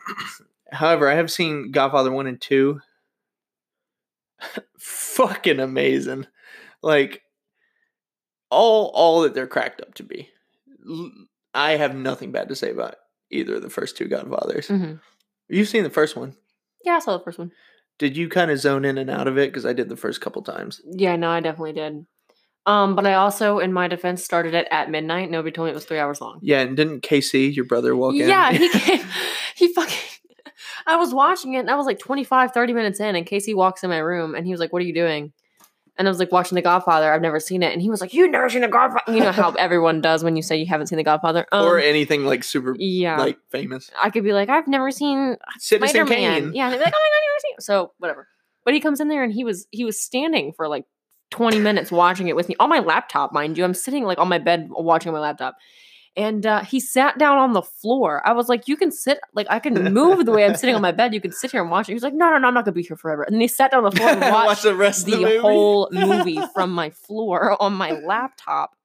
S1: However, I have seen Godfather 1 and 2. *laughs* Fucking amazing. Like all all that they're cracked up to be. L- I have nothing bad to say about either of the first two Godfathers.
S2: hmm
S1: You've seen the first one.
S2: Yeah, I saw the first one.
S1: Did you kind of zone in and out of it cuz I did the first couple times?
S2: Yeah, no, I definitely did. Um, but I also, in my defense, started it at midnight. Nobody told me it was three hours long.
S1: Yeah, and didn't KC, your brother, walk in?
S2: Yeah, he came, *laughs* he fucking. I was watching it and I was like 25, 30 minutes in, and Casey walks in my room and he was like, What are you doing? And I was like, Watching The Godfather. I've never seen it. And he was like, You've never seen The Godfather. You know how everyone does when you say you haven't seen The Godfather.
S1: *laughs*
S2: Um,
S1: or anything like super
S2: yeah.
S1: like famous.
S2: I could be like, I've never seen
S1: Citizen
S2: Spider Man.
S1: Kane.
S2: Yeah, and they'd be like, Oh my God, you never seen it. So, whatever. But he comes in there and he was he was standing for like 20 minutes watching it with me on my laptop, mind you. I'm sitting like on my bed watching my laptop. And uh, he sat down on the floor. I was like, "You can sit, like I can move the way I'm sitting on my bed. You can sit here and watch it." He was like, "No, no, no, I'm not gonna be here forever." And then he sat
S1: *laughs*
S2: down on the floor and
S1: Watch
S2: watched
S1: the rest
S2: the,
S1: of the movie.
S2: whole movie from my floor on my laptop.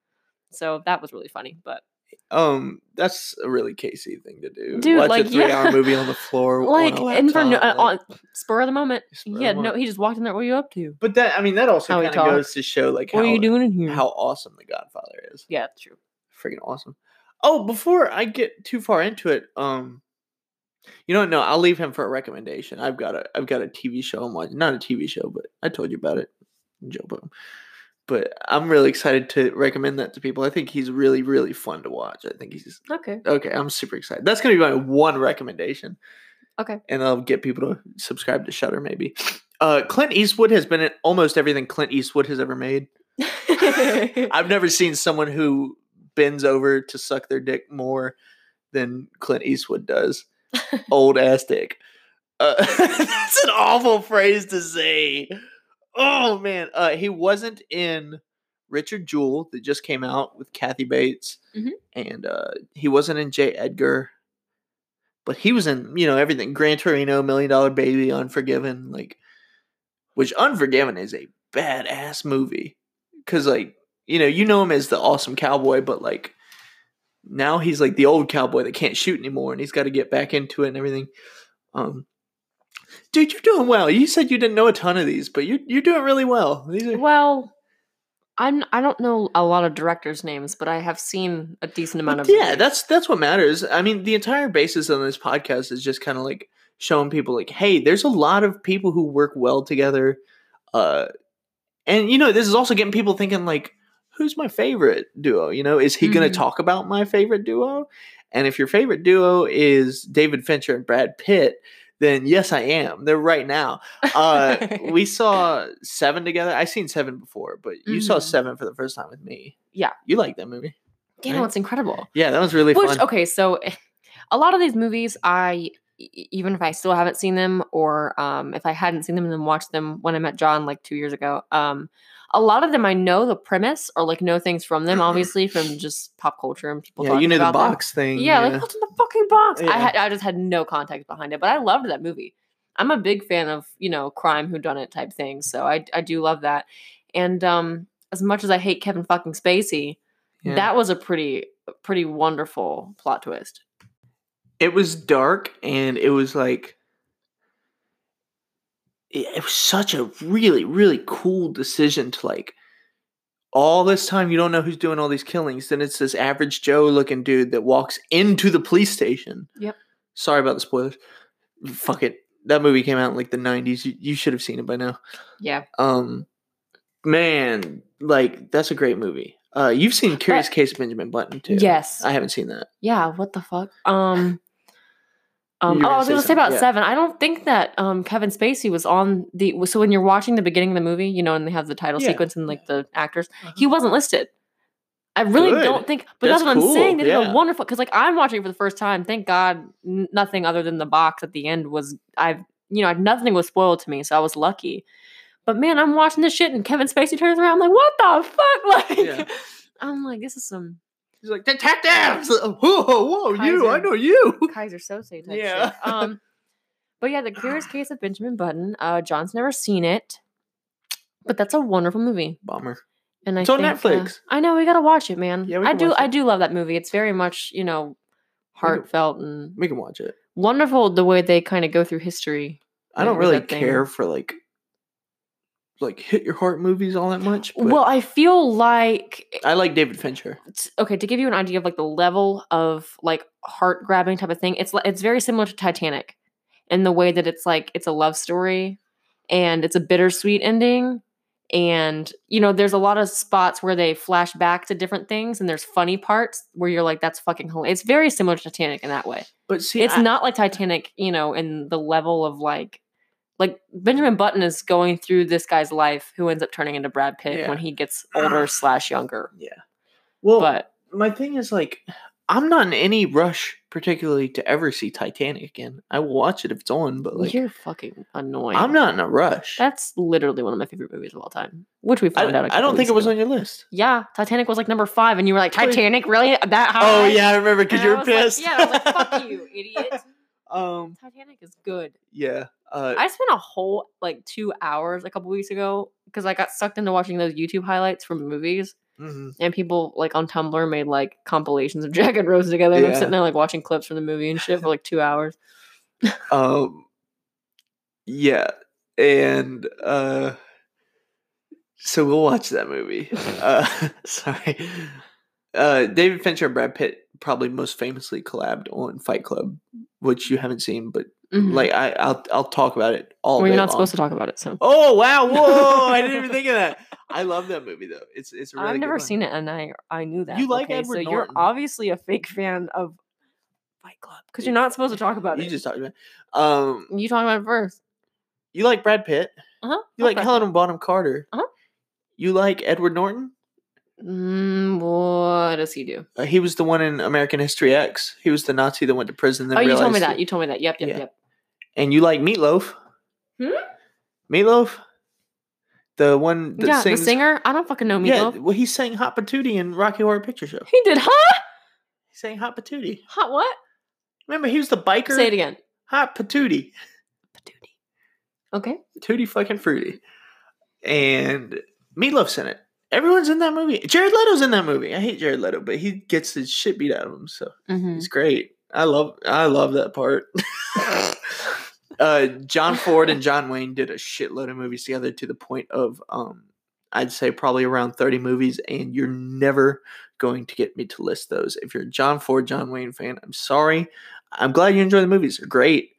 S2: So that was really funny. But
S1: *laughs* um, that's a really Casey thing to do.
S2: Dude,
S1: Watch
S2: like,
S1: a
S2: yeah.
S1: three-hour movie on the
S2: *laughs*
S1: floor,
S2: like,
S1: on a
S2: and for no, uh,
S1: laptop,
S2: on
S1: like-
S2: spur of the moment,
S1: Spur of
S2: yeah,
S1: the
S2: no,
S1: moment.
S2: he just walked in there. What are you up to?
S1: But that, I mean, that also
S2: How he
S1: kind of goes
S2: talks.
S1: to show like
S2: What are
S1: how
S2: you doing in here?
S1: how awesome The Godfather is.
S2: Yeah, it's true.
S1: Freaking awesome. Oh, before I get too far into it, um, you know, what? no, I'll leave him for a recommendation. I've got a, I've got a TV show I'm watching. Not a TV show, but I told you about it, Joe Boom. But I'm really excited to recommend that to people. I think he's really, really fun to watch. I think he's
S2: Okay. *laughs*
S1: okay. *laughs* I'm super excited. That's gonna be my one recommendation.
S2: Okay.
S1: and I'll get people to subscribe to Shutter maybe. Uh, Clint Eastwood has been in almost everything Clint Eastwood has ever made. *laughs* I've never seen someone who bends over to suck their dick more than Clint Eastwood does. Old ass dick. Uh, *laughs* that's an awful phrase to say. Oh man, uh, he wasn't in Richard Jewell that just came out with Kathy Bates,
S2: Mhm.
S1: and uh, he wasn't in J. Edgar, but he was in you know everything: Gran Torino, Million Dollar Baby, Unforgiven, like which Unforgiven is a badass movie because like you know you know him as the awesome cowboy, but like now he's like the old cowboy that can't shoot anymore, and he's got to get back into it and everything. Um, dude, you're doing well. You said you didn't know a ton of these, but you're you're doing really well. These are
S2: well, I'm I don't know a lot of directors' names, but I have seen a decent
S1: Well,
S2: amount of
S1: yeah,
S2: movies.
S1: that's that's what matters. I mean, the entire basis of this podcast is just kind of like showing people like, hey, there's a lot of people who work well together. Uh, and you know, this is also getting people thinking like, who's my favorite duo? You know, is he going
S2: Mhm.
S1: to talk about my favorite duo? And if your favorite duo is David Fincher and Brad Pitt, then yes, I am. They're right now.
S2: *laughs*
S1: Uh, we saw Seven together. I've seen Seven before, but you saw
S2: Mhm.
S1: Seven for the first time with me.
S2: Yeah.
S1: you like that movie.
S2: you know it's incredible.
S1: Yeah, that was really
S2: Which
S1: fun.
S2: okay, so eh, a lot of these movies, I e- even if I still haven't seen them, or um, if I hadn't seen them and then watched them when I met John like two years ago, um, a lot of them I know the premise or like know things from them, obviously
S1: *clears throat*
S2: from just pop culture and people.
S1: Yeah, you
S2: talking
S1: knew the
S2: about them.
S1: box thing.
S2: Yeah, like what's in the fucking box?
S1: Yeah.
S2: I had I just had no context behind it, but I loved that movie. I'm a big fan of you know crime who done it type things, so I I do love that. And um, as much as I hate Kevin fucking Spacey,
S1: Yeah.
S2: that was a pretty pretty wonderful plot twist.
S1: it was dark and it was like it, it was such a really really cool decision to like all this time you don't know who's doing all these killings then it's this average joe looking dude that walks into the police station
S2: Yep.
S1: sorry about the spoilers fuck it that movie came out in like the 90s you, you should have seen it by now
S2: Yeah.
S1: um man like that's a great movie uh you've seen curious
S2: But-
S1: case of benjamin button too
S2: Yes.
S1: i haven't seen that
S2: yeah. What the fuck? Um. Um,
S1: You
S2: oh,
S1: were
S2: I was
S1: gonna
S2: gonna
S1: say
S2: say about
S1: something, yeah.
S2: seven. I don't think that um, Kevin Spacey was on the. So when you're watching the beginning of the movie, you know, and they have the title
S1: Yeah. Uh-huh.
S2: sequence and like the actors, he wasn't listed. I really
S1: Good.
S2: don't think, but that's,
S1: That's
S2: what I'm saying.
S1: cool,
S2: They did
S1: yeah.
S2: a wonderful because, like, I'm watching it for the first time. Thank God, n- nothing other than the box at the end was I've you know nothing was spoiled to me, so I was lucky. But man, I'm watching this shit, and Kevin Spacey turns around. I'm like, what the fuck? *laughs* Like,
S1: Yeah.
S2: I'm like, this is some
S1: he's like detectives *laughs* whoa whoa you i
S2: Kaiser.
S1: know you
S2: Kaiser Soze type
S1: Yeah.
S2: shit. Um, but yeah,
S1: *sighs*
S2: the Curious Case of Benjamin Button. Uh, John's never seen it, but that's a wonderful movie.
S1: *laughs* bummer
S2: And I
S1: It's on
S2: think, uh,
S1: Netflix.
S2: I know we gotta watch it, man.
S1: Yeah, we
S2: I
S1: can
S2: do.
S1: watch
S2: I
S1: it.
S2: do love that movie. It's very much you know
S1: can-
S2: heartfelt and
S1: we can watch it
S2: wonderful the way they kind of go through history.
S1: I
S2: Like,
S1: don't
S2: with
S1: really
S2: that thing.
S1: care for like like hit your heart movies all that much. But
S2: Well, I feel like
S1: I like David Fincher.
S2: t- okay to give you an idea of like the level of like heart grabbing type of thing it's li- it's very similar to titanic in the way that it's like it's a love story and it's a bittersweet ending and you know there's a lot of spots where they flash back to different things and there's funny parts where you're like that's fucking hilarious it's very similar to titanic in that way
S1: But see,
S2: it's
S1: I,
S2: not like titanic you know in the level of like like benjamin button is going through this guy's life who ends up turning into brad pitt
S1: Yeah.
S2: when he gets
S1: *sighs*
S2: older slash younger
S1: well,
S2: but
S1: my thing is like I'm not in any rush particularly to ever see Titanic again. I will watch it if it's on, but like
S2: You're fucking annoying.
S1: I'm not in a rush.
S2: That's literally one of my favorite movies of all time, which we
S1: I,
S2: found out. a
S1: I don't
S2: couple
S1: think it
S2: weeks
S1: was
S2: ago.
S1: on your list.
S2: Yeah, Titanic was like number five, and you were like,
S1: Wait.
S2: Titanic, really that high?
S1: Oh yeah, I remember
S2: And
S1: because
S2: I
S1: you were
S2: was like-
S1: pissed.
S2: yeah, I was like,
S1: *laughs*
S2: fuck you, idiot.
S1: um,
S2: Titanic is good.
S1: yeah. Uh,
S2: I spent a whole like two hours a couple weeks ago because I got sucked into watching those YouTube highlights from movies,
S1: mhm.
S2: and people like on Tumblr made like compilations of *laughs* Jack and Rose together, and I'm
S1: Yeah.
S2: sitting there like watching clips from the movie
S1: *laughs*
S2: and shit for like two hours.
S1: Um, yeah, and uh, so we'll watch that
S2: *laughs*
S1: movie. Uh, *laughs* sorry, uh, David Fincher and Brad Pitt probably most famously collabed on Fight Club, which you haven't seen, but
S2: Mhm.
S1: like I, I'll I'll talk about it all.
S2: well, you're
S1: day
S2: not
S1: long.
S2: supposed to talk about it, so.
S1: Oh
S2: *laughs*
S1: wow! Whoa! I didn't even think of that. I love that movie though. It's it's a really.
S2: I've
S1: good
S2: never
S1: one.
S2: seen it, and I I knew that.
S1: You like
S2: okay, so
S1: Edward
S2: you're
S1: Norton.
S2: obviously a fake fan of Fight Club because you're not supposed to talk about
S1: You
S2: it.
S1: just talked about. It. Um,
S2: you talk about it first.
S1: you like Brad Pitt.
S2: Uh huh.
S1: You like Helen Bonham Carter.
S2: Uh-huh.
S1: You like Edward Norton.
S2: Mm, what does he do?
S1: Uh, he was the one in American History X. He was the Nazi that went to prison. Then
S2: oh, you told me
S1: realized
S2: that.
S1: it.
S2: You told me that. Yep, yep,
S1: Yeah.
S2: yep.
S1: And you like Meatloaf?
S2: Hmm?
S1: Meatloaf, the one that
S2: yeah,
S1: sings.
S2: the singer. I don't fucking know
S1: Yeah,
S2: Meatloaf.
S1: well, he sang "Hot Patootie" in Rocky Horror Picture Show. He
S2: *laughs* He did, huh?
S1: sang "Hot Patootie."
S2: Hot what?
S1: Remember, he was the biker.
S2: Say it again.
S1: Hot Patootie,
S2: Patootie. Okay.
S1: Tootie fucking fruity, and Meatloaf's in it. Everyone's in that movie. Jared Leto's in that movie. I hate Jared Leto, but he gets his shit beat out of him. So
S2: Mm-hmm.
S1: He's great. I love I love that part. uh, John Ford and John Wayne did a shitload of movies together to the point of um, I'd say probably around 30 movies, and you're never going to get me to list those. If you're a John Ford, John Wayne fan, I'm sorry. I'm glad you enjoy the movies. They're great.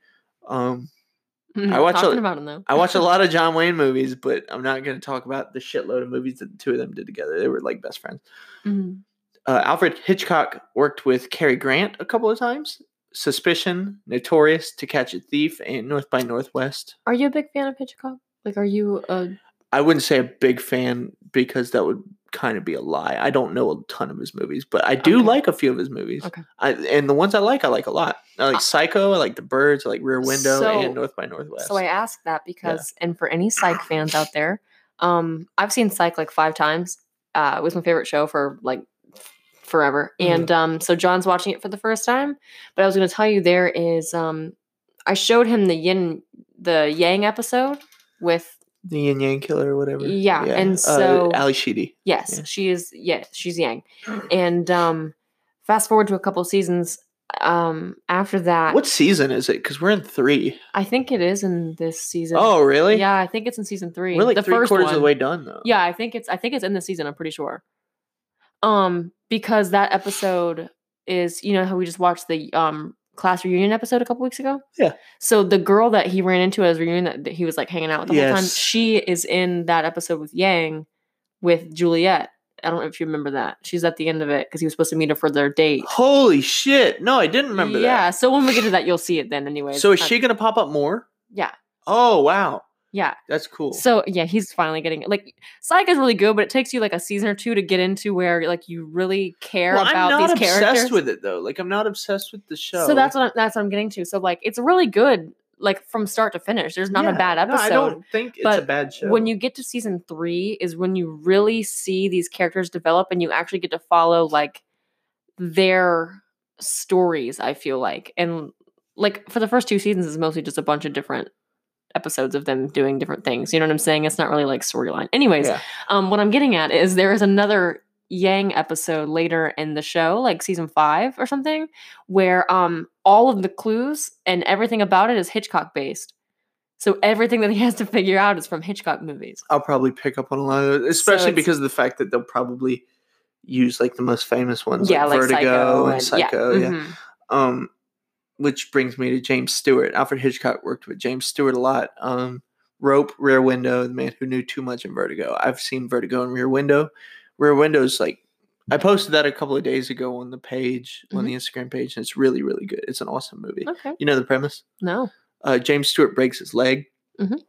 S1: Um,
S2: *laughs*
S1: I watch a-
S2: Mm-hmm. talking about him though.
S1: I watch a lot of John Wayne movies, but I'm not going to talk about the shitload of movies that the two of them did together. They were like best friends
S2: Mhm.
S1: uh, Alfred Hitchcock worked with Cary Grant a couple of times. Suspicion, Notorious, To Catch a Thief, and North by Northwest.
S2: Are you a big fan of Hitchcock? Like, are you a?
S1: I wouldn't say a big fan because that would kind of be a lie. I don't know a ton of his movies, but I do
S2: Okay.
S1: like a few of his movies.
S2: Okay.
S1: I, and the ones I like, I like a lot. I like
S2: Uh,
S1: Psycho, I like The Birds, I like Rear Window,
S2: so-
S1: and North by Northwest.
S2: So I asked that because, and for any Psych fans out there, um, I've seen Psych like five times. Uh, it was my favorite show for like forever,
S1: Mhm.
S2: and um, so John's watching it for the first time. But I was going to tell you there is, um, I showed him the yin, the yang episode with
S1: the Yin Yang Killer or whatever.
S2: Yeah, and so-
S1: Uh, Ali Sheedy.
S2: yes,
S1: Yeah. *clears throat*
S2: she is yes, she's yang, and um, fast forward to a couple seasons. um, after that,
S1: What season is it? Because we're in three.
S2: I think it is in this season.
S1: Oh, really?
S2: yeah, I think it's in season three.
S1: We're like
S2: the
S1: three
S2: first
S1: quarters
S2: one.
S1: of the way done though.
S2: Yeah, I think it's I think it's in the season. I'm pretty sure. Um, because that episode is you know how we just watched the um class reunion episode a couple weeks ago.
S1: Yeah.
S2: So the girl that he ran into at his reunion that, that he was like hanging out with the whole time,
S1: Yes.
S2: she is in that episode with Yang, with Juliet. I don't know if you remember that. She's at the end of it because he was supposed to meet her for their date.
S1: Holy shit! No, I didn't remember
S2: yeah. So when we get to that, you'll see it then. Anyway.
S1: that. So is
S2: It's not-
S1: she gonna pop up more?
S2: Yeah.
S1: Oh wow,
S2: Yeah.
S1: that's cool.
S2: So yeah, he's finally getting like Psych is really good, but it takes you like a season or two to get into where like you really care
S1: well,
S2: about
S1: I'm not
S2: these
S1: obsessed
S2: characters.
S1: with it though. Like I'm not obsessed with the show.
S2: So that's what I'm, that's what I'm getting to. So like it's really good, like from start to finish. There's not a
S1: Yeah,
S2: bad
S1: no, I
S2: episode.
S1: don't think it's a
S2: but
S1: bad show.
S2: when you get to season three, is when you really see these characters develop and you actually get to follow like their stories. I feel like and like for the first two seasons is mostly just a bunch of different episodes of them doing different things. You know what I'm saying? It's not really like storyline. Anyways,
S1: Yeah.
S2: um, what I'm getting at is there is another Yang episode later in the show, like season five or something, where um all of the clues and everything about it is Hitchcock based. So everything that he has to figure out is from Hitchcock movies.
S1: I'll probably pick up on a lot of those, especially
S2: it's-
S1: because of the fact that they'll probably use like the most famous ones,
S2: yeah, like
S1: Vertigo
S2: Psycho
S1: and Psycho. Yeah.
S2: mhm.
S1: Um, which brings me to James Stewart. Alfred Hitchcock worked with James Stewart a lot. Um, Rope, Rear Window, The Man Who Knew Too Much, and Vertigo. I've seen Vertigo and Rear Window. Rear Window's like I posted that a couple of days ago on the page on the Instagram page, and it's really really good. It's an awesome movie.
S2: Okay.
S1: You know the premise?
S2: No.
S1: uh, James Stewart breaks his leg.
S2: Mhm.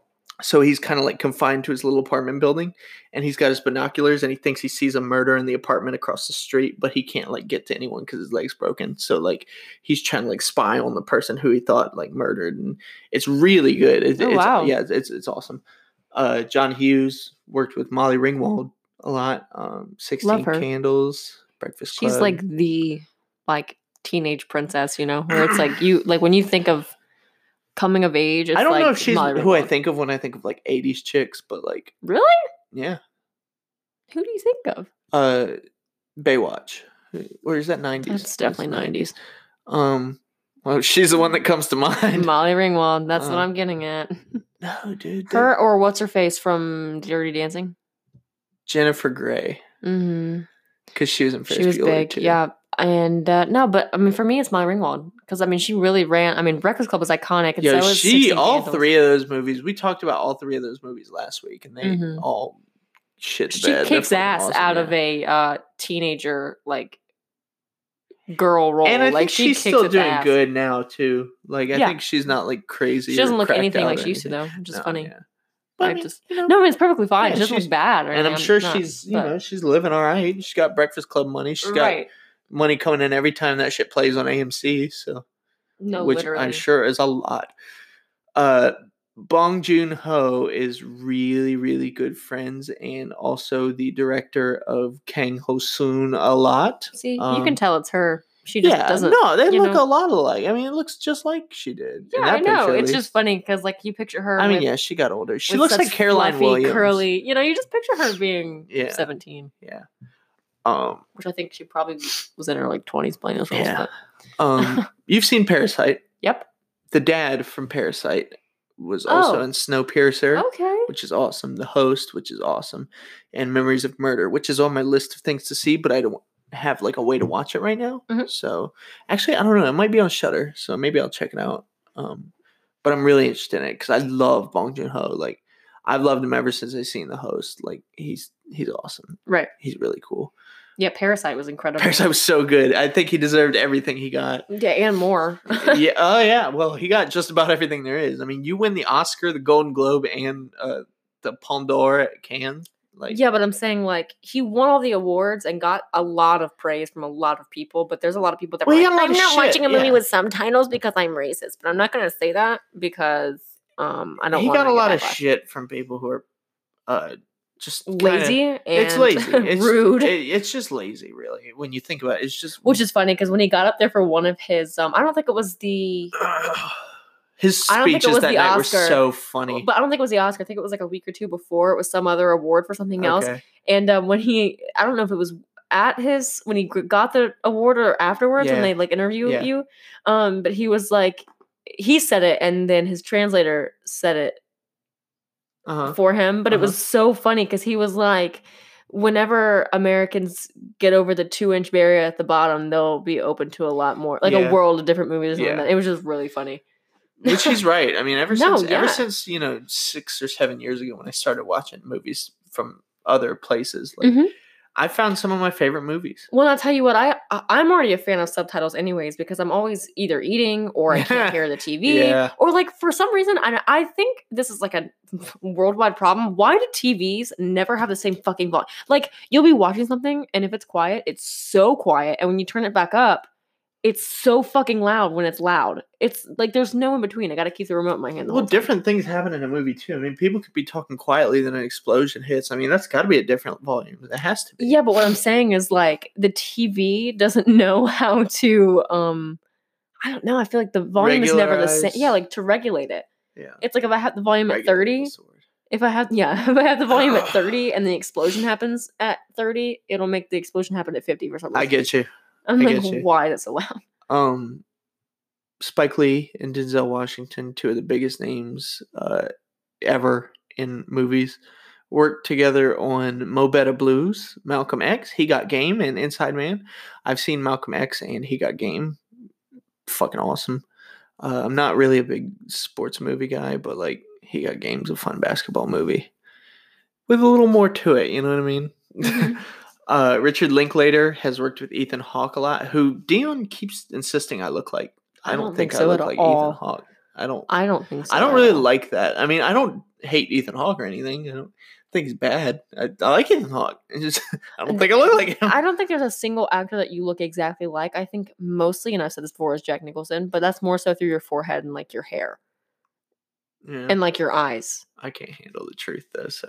S1: So he's kind of like confined to his little apartment building, and he's got his binoculars, and he thinks he sees a murder in the apartment across the street, but he can't like get to anyone because his leg's broken. So like he's trying to like spy on the person who he thought like murdered, and it's really good. It,
S2: Oh,
S1: it's,
S2: wow.
S1: Yeah, it's it's, it's awesome. Uh, John Hughes worked with Molly Ringwald a lot. Um, Sixteen
S2: her.
S1: Candles, Breakfast Club.
S2: She's like the like teenage princess, you know, where
S1: *clears throat*
S2: it's like you like when you think of coming of age, it's
S1: I don't know
S2: like
S1: if she's
S2: Molly
S1: who I
S2: Ringwald.
S1: think of when I think of like '80s chicks, but like
S2: Really?
S1: yeah.
S2: Who do you think of?
S1: uh Baywatch. Or is that 90s?
S2: That's definitely nineties.
S1: *laughs* Um well she's the one that comes to
S2: *laughs*
S1: mind.
S2: Molly Ringwald. That's what
S1: Uh,
S2: I'm getting
S1: *laughs*
S2: at.
S1: no, dude. that-
S2: Her or what's her face from Dirty Dancing?
S1: Jennifer Grey
S2: hmm
S1: cuz she was in Ferris
S2: She was
S1: Bueller
S2: big,
S1: too.
S2: yeah. And uh, no, but I mean, for me, it's Molly Ringwald because I mean, she really ran. I mean, Breakfast Club was iconic. And
S1: Yo,
S2: so was
S1: she
S2: 16
S1: all
S2: Candles.
S1: three of those movies. We talked about all three of those movies last week and they
S2: Mhm.
S1: all shit the
S2: She
S1: bed. They're
S2: kicks
S1: fucking
S2: ass
S1: awesome,
S2: out
S1: yeah.
S2: of a uh, teenager like girl role.
S1: And I think
S2: like she
S1: Oh, she's
S2: kicks
S1: still
S2: its
S1: doing
S2: ass.
S1: good now too. Like I
S2: Yeah.
S1: think she's not like crazy.
S2: She doesn't
S1: or
S2: look
S1: cracked
S2: anything
S1: out
S2: like
S1: or
S2: she used to
S1: anything.
S2: though, which is
S1: No,
S2: funny.
S1: yeah. But I
S2: I
S1: mean,
S2: just-
S1: you know,
S2: No, I mean, it's perfectly fine.
S1: Yeah,
S2: it just looks
S1: she's-
S2: bad, or
S1: and I'm
S2: anything.
S1: sure
S2: It's not,
S1: she's you
S2: but-
S1: know she's living all right. She's got Breakfast Club money. She's got
S2: right.
S1: money coming in every time that shit plays on AMC. So,
S2: No,
S1: which
S2: literally.
S1: I'm sure is a lot. Uh, Bong Joon Ho is really, really good friends, and also the director of Kang Ho Soon a lot.
S2: See, you
S1: um,
S2: can tell it's her. She just doesn't.
S1: no, they
S2: you
S1: look
S2: know.
S1: a lot alike. I mean, it looks just like she did. in
S2: Yeah, I
S1: that picture,
S2: know.
S1: at
S2: It's
S1: least.
S2: just funny because like you picture her.
S1: I mean,
S2: with,
S1: yeah, she got older. She
S2: with
S1: looks
S2: such
S1: like Caroline
S2: fluffy,
S1: Williams.
S2: curly. You know, you just picture her being
S1: Yeah.
S2: seventeen,
S1: Um,
S2: which I think she probably was in her like twenties playing those roles.
S1: Yeah.
S2: But *laughs*
S1: um, you've seen Parasite.
S2: yep.
S1: The dad from Parasite was also
S2: Oh.
S1: in Snowpiercer.
S2: Okay.
S1: which is awesome. The Host, which is awesome, and Memories of Murder, which is on my list of things to see, but I don't have like a way to watch it right now.
S2: Mhm.
S1: So actually, I don't know. It might be on Shutter, so maybe I'll check it out. Um, but I'm really interested in it because I love Bong Joon Ho. Like I've loved him ever since I seen The Host. Like he's he's awesome.
S2: Right.
S1: He's really cool.
S2: Yeah. Parasite was incredible.
S1: Parasite was so good. I think he deserved everything he got.
S2: Yeah, and more. *laughs*
S1: yeah. Oh yeah. Well, he got just about everything there is. I mean, you win the Oscar, the Golden Globe, and uh, the Palme d'Or at Cannes. Like
S2: yeah, but I'm saying like he won all the awards and got a lot of praise from a lot of people. But there's a lot of people that
S1: Well,
S2: were
S1: he
S2: like,
S1: got a lot
S2: I'm
S1: of
S2: not
S1: shit,
S2: watching a movie
S1: yeah.
S2: with subtitles because I'm racist. But I'm not gonna say that because um I don't.
S1: he
S2: wanna
S1: got a
S2: get
S1: lot of
S2: backlash.
S1: shit from people who are uh just kinda-
S2: lazy and
S1: it's
S2: *laughs*
S1: lazy. It's
S2: rude.
S1: it- it's just lazy, really. When you think about it, it's just
S2: which is funny because when he got up there for one of his, um, I don't think it was the,
S1: *sighs* his
S2: I don't think it
S1: speeches
S2: was
S1: that
S2: the
S1: night were
S2: Oscar,
S1: so funny.
S2: but I don't think it was the Oscar. I think it was like a week or two before. It was some other award for something else.
S1: Okay.
S2: And um, when he, I don't know if it was at his when he gr- got the award or afterwards when
S1: Yeah.
S2: they like interview
S1: Yeah.
S2: you. Um, but he was like, he said it, and then his translator said it
S1: Uh-huh.
S2: for him. But it
S1: Uh-huh.
S2: was so funny because he was like, whenever Americans get over the two inch barrier at the bottom, they'll be open to a lot more, like
S1: Yeah.
S2: a world of different movies.
S1: Yeah.
S2: Yeah. It was just really funny.
S1: Which he's right. I mean, ever
S2: No,
S1: since ever
S2: yeah.
S1: since you know six or seven years ago when I started watching movies from other places, like
S2: Mhm.
S1: I found some of my favorite movies.
S2: Well, I'll tell you what, I I- I'm already a fan of subtitles anyways because I'm always either eating or I can't
S1: *laughs*
S2: hear the TV
S1: Yeah.
S2: or like for some reason I I think this is like a *laughs* worldwide problem. Why do TVs never have the same fucking volume? Like you'll be watching something and if it's quiet, it's so quiet and when you turn it back up, it's so fucking loud when it's loud. It's like there's no in between. I got to keep the remote in my hand. the
S1: Well,
S2: whole time.
S1: different things happen in a movie too. I mean, people could be talking quietly, then an explosion hits. I mean, that's got to be a different volume. It has to be.
S2: Yeah, but what I'm saying is like the TV doesn't *laughs* know how to um I don't know. I feel like the volume is never the same. Yeah,
S1: Regularize.
S2: like to regulate it.
S1: Yeah.
S2: It's like if I have the volume at
S1: Regular
S2: 30,
S1: is the word.
S2: if I have yeah, *laughs* if I have the volume
S1: *sighs*
S2: at 30 and the explosion happens at 30, it'll make the explosion happen at 50 or something.
S1: I get you.
S2: *laughs* I'm
S1: I
S2: like,
S1: get you.
S2: why that's so loud? *laughs*
S1: Um, Spike Lee and Denzel Washington, two of the biggest names uh, ever in movies, worked together on Mo Better Blues, Malcolm X, He Got Game, and Inside Man. I've seen Malcolm X and He Got Game. Fucking awesome. Uh, I'm not really a big sports movie guy, but like He Got Game's a fun basketball movie with a little more to it. You know what I mean?
S2: Mhm.
S1: *laughs* Uh, Richard Linklater has worked with Ethan Hawke a lot, who Dion keeps insisting I look like. I don't, think, I
S2: so
S1: look
S2: at
S1: like
S2: all.
S1: Ethan Hawke. I don't.
S2: I don't think so.
S1: I don't
S2: at
S1: really
S2: all.
S1: like that. I mean, I don't hate Ethan Hawke or anything. I don't think he's bad. I, I like Ethan Hawke. *laughs* It's just I don't think I look like him.
S2: I don't think there's a single actor that you look exactly like. I think mostly, and I've said this before, is Jack Nicholson, but that's more so through your forehead and like your hair
S1: *laughs* Yeah,
S2: and like your eyes.
S1: I can't handle the truth though. So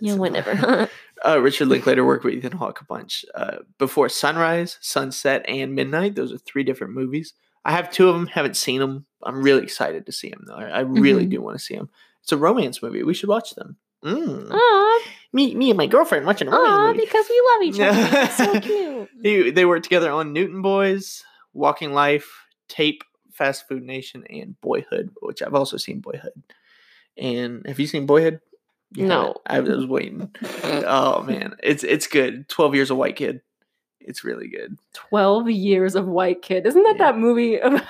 S2: Yeah,
S1: It's a-
S2: whatever. *laughs*
S1: uh, Richard Linklater worked with Ethan Hawke a bunch. Uh, Before Sunrise, Sunset, and Midnight. Those are three different movies. I have two of them. Haven't seen them. I'm really excited to see them though. I, I really
S2: Mhm.
S1: do want to see them. It's a romance movie. We should watch them. Mm.
S2: Aw,
S1: Me, me, and my girlfriend watching a
S2: Uh, aw,
S1: romance movie.
S2: because we love each other.
S1: *laughs*
S2: It's so cute.
S1: They, they worked together on Newton Boys, Walking Life, Tape, Fast Food Nation, and Boyhood, which I've also seen Boyhood. And have you seen Boyhood? You haven't.
S2: No.
S1: I was
S2: *laughs*
S1: waiting. oh man, it's it's good. Twelve Years a White Kid. It's really good. *laughs*
S2: 12 years of white kid. Isn't that
S1: Yeah.
S2: that movie
S1: *laughs*
S2: about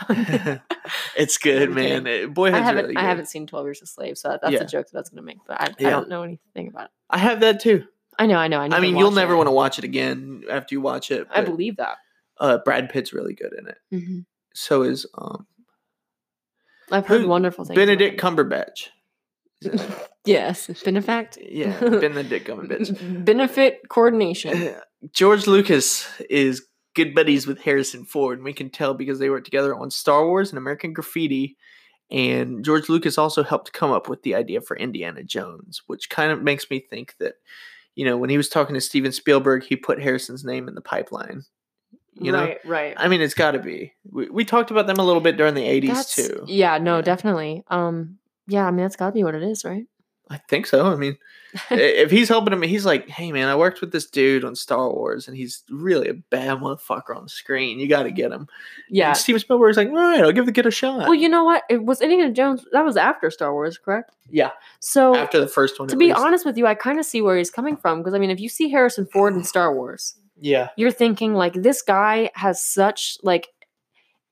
S2: *laughs*
S1: it's good,
S2: I'm
S1: man.
S2: kidding.
S1: It,
S2: I
S1: Boyhood's
S2: haven't
S1: really good.
S2: I haven't seen 12 years a slave, so that's
S1: Yeah.
S2: a joke that that's going to make, but I,
S1: Yeah.
S2: I don't know anything about it.
S1: I have that too.
S2: I know, I know. I, need
S1: I
S2: to
S1: mean, you'll
S2: watch
S1: never
S2: it.
S1: want to watch it again after you watch it.
S2: I
S1: but,
S2: believe that.
S1: uh, Brad Pitt's really good in it. So is um,
S2: I've heard
S1: Who-
S2: wonderful things. about
S1: Benedict
S2: him.
S1: Cumberbatch. Is that-
S2: Yes, benefact. *laughs*
S1: Yeah, Benedict Cumberbatch.
S2: Benefit coordination.
S1: *clears throat* George Lucas is good buddies with Harrison Ford, and we can tell because they worked together on Star Wars and American Graffiti. And George Lucas also helped come up with the idea for Indiana Jones, which kind of makes me think that, you know, when he was talking to Steven Spielberg, he put Harrison's name in the pipeline. *laughs* You know,
S2: right, right.
S1: I mean, it's got to be. We, we talked about them a little bit during the 80s,
S2: That's-
S1: too.
S2: Yeah, no,
S1: Yeah.
S2: definitely. Um, yeah, I mean that's got to be what it is, right?
S1: I think so. I
S2: *laughs*
S1: mean, i- if he's helping him, he's like, "Hey, man, I worked with this dude on Star Wars, and he's really a bad motherfucker on the screen. You got to get him."
S2: Yeah.
S1: And Steven Spielberg's like, "All right, I'll give the kid a shot."
S2: Well, you know what? It was Indiana Jones. That was after Star Wars, correct?
S1: yeah,
S2: So
S1: after the first one.
S2: to
S1: at
S2: be
S1: least.
S2: honest with you, I kind of see where he's coming from because I mean, if you see Harrison Ford in Star Wars,
S1: yeah,
S2: you're thinking like this guy has such like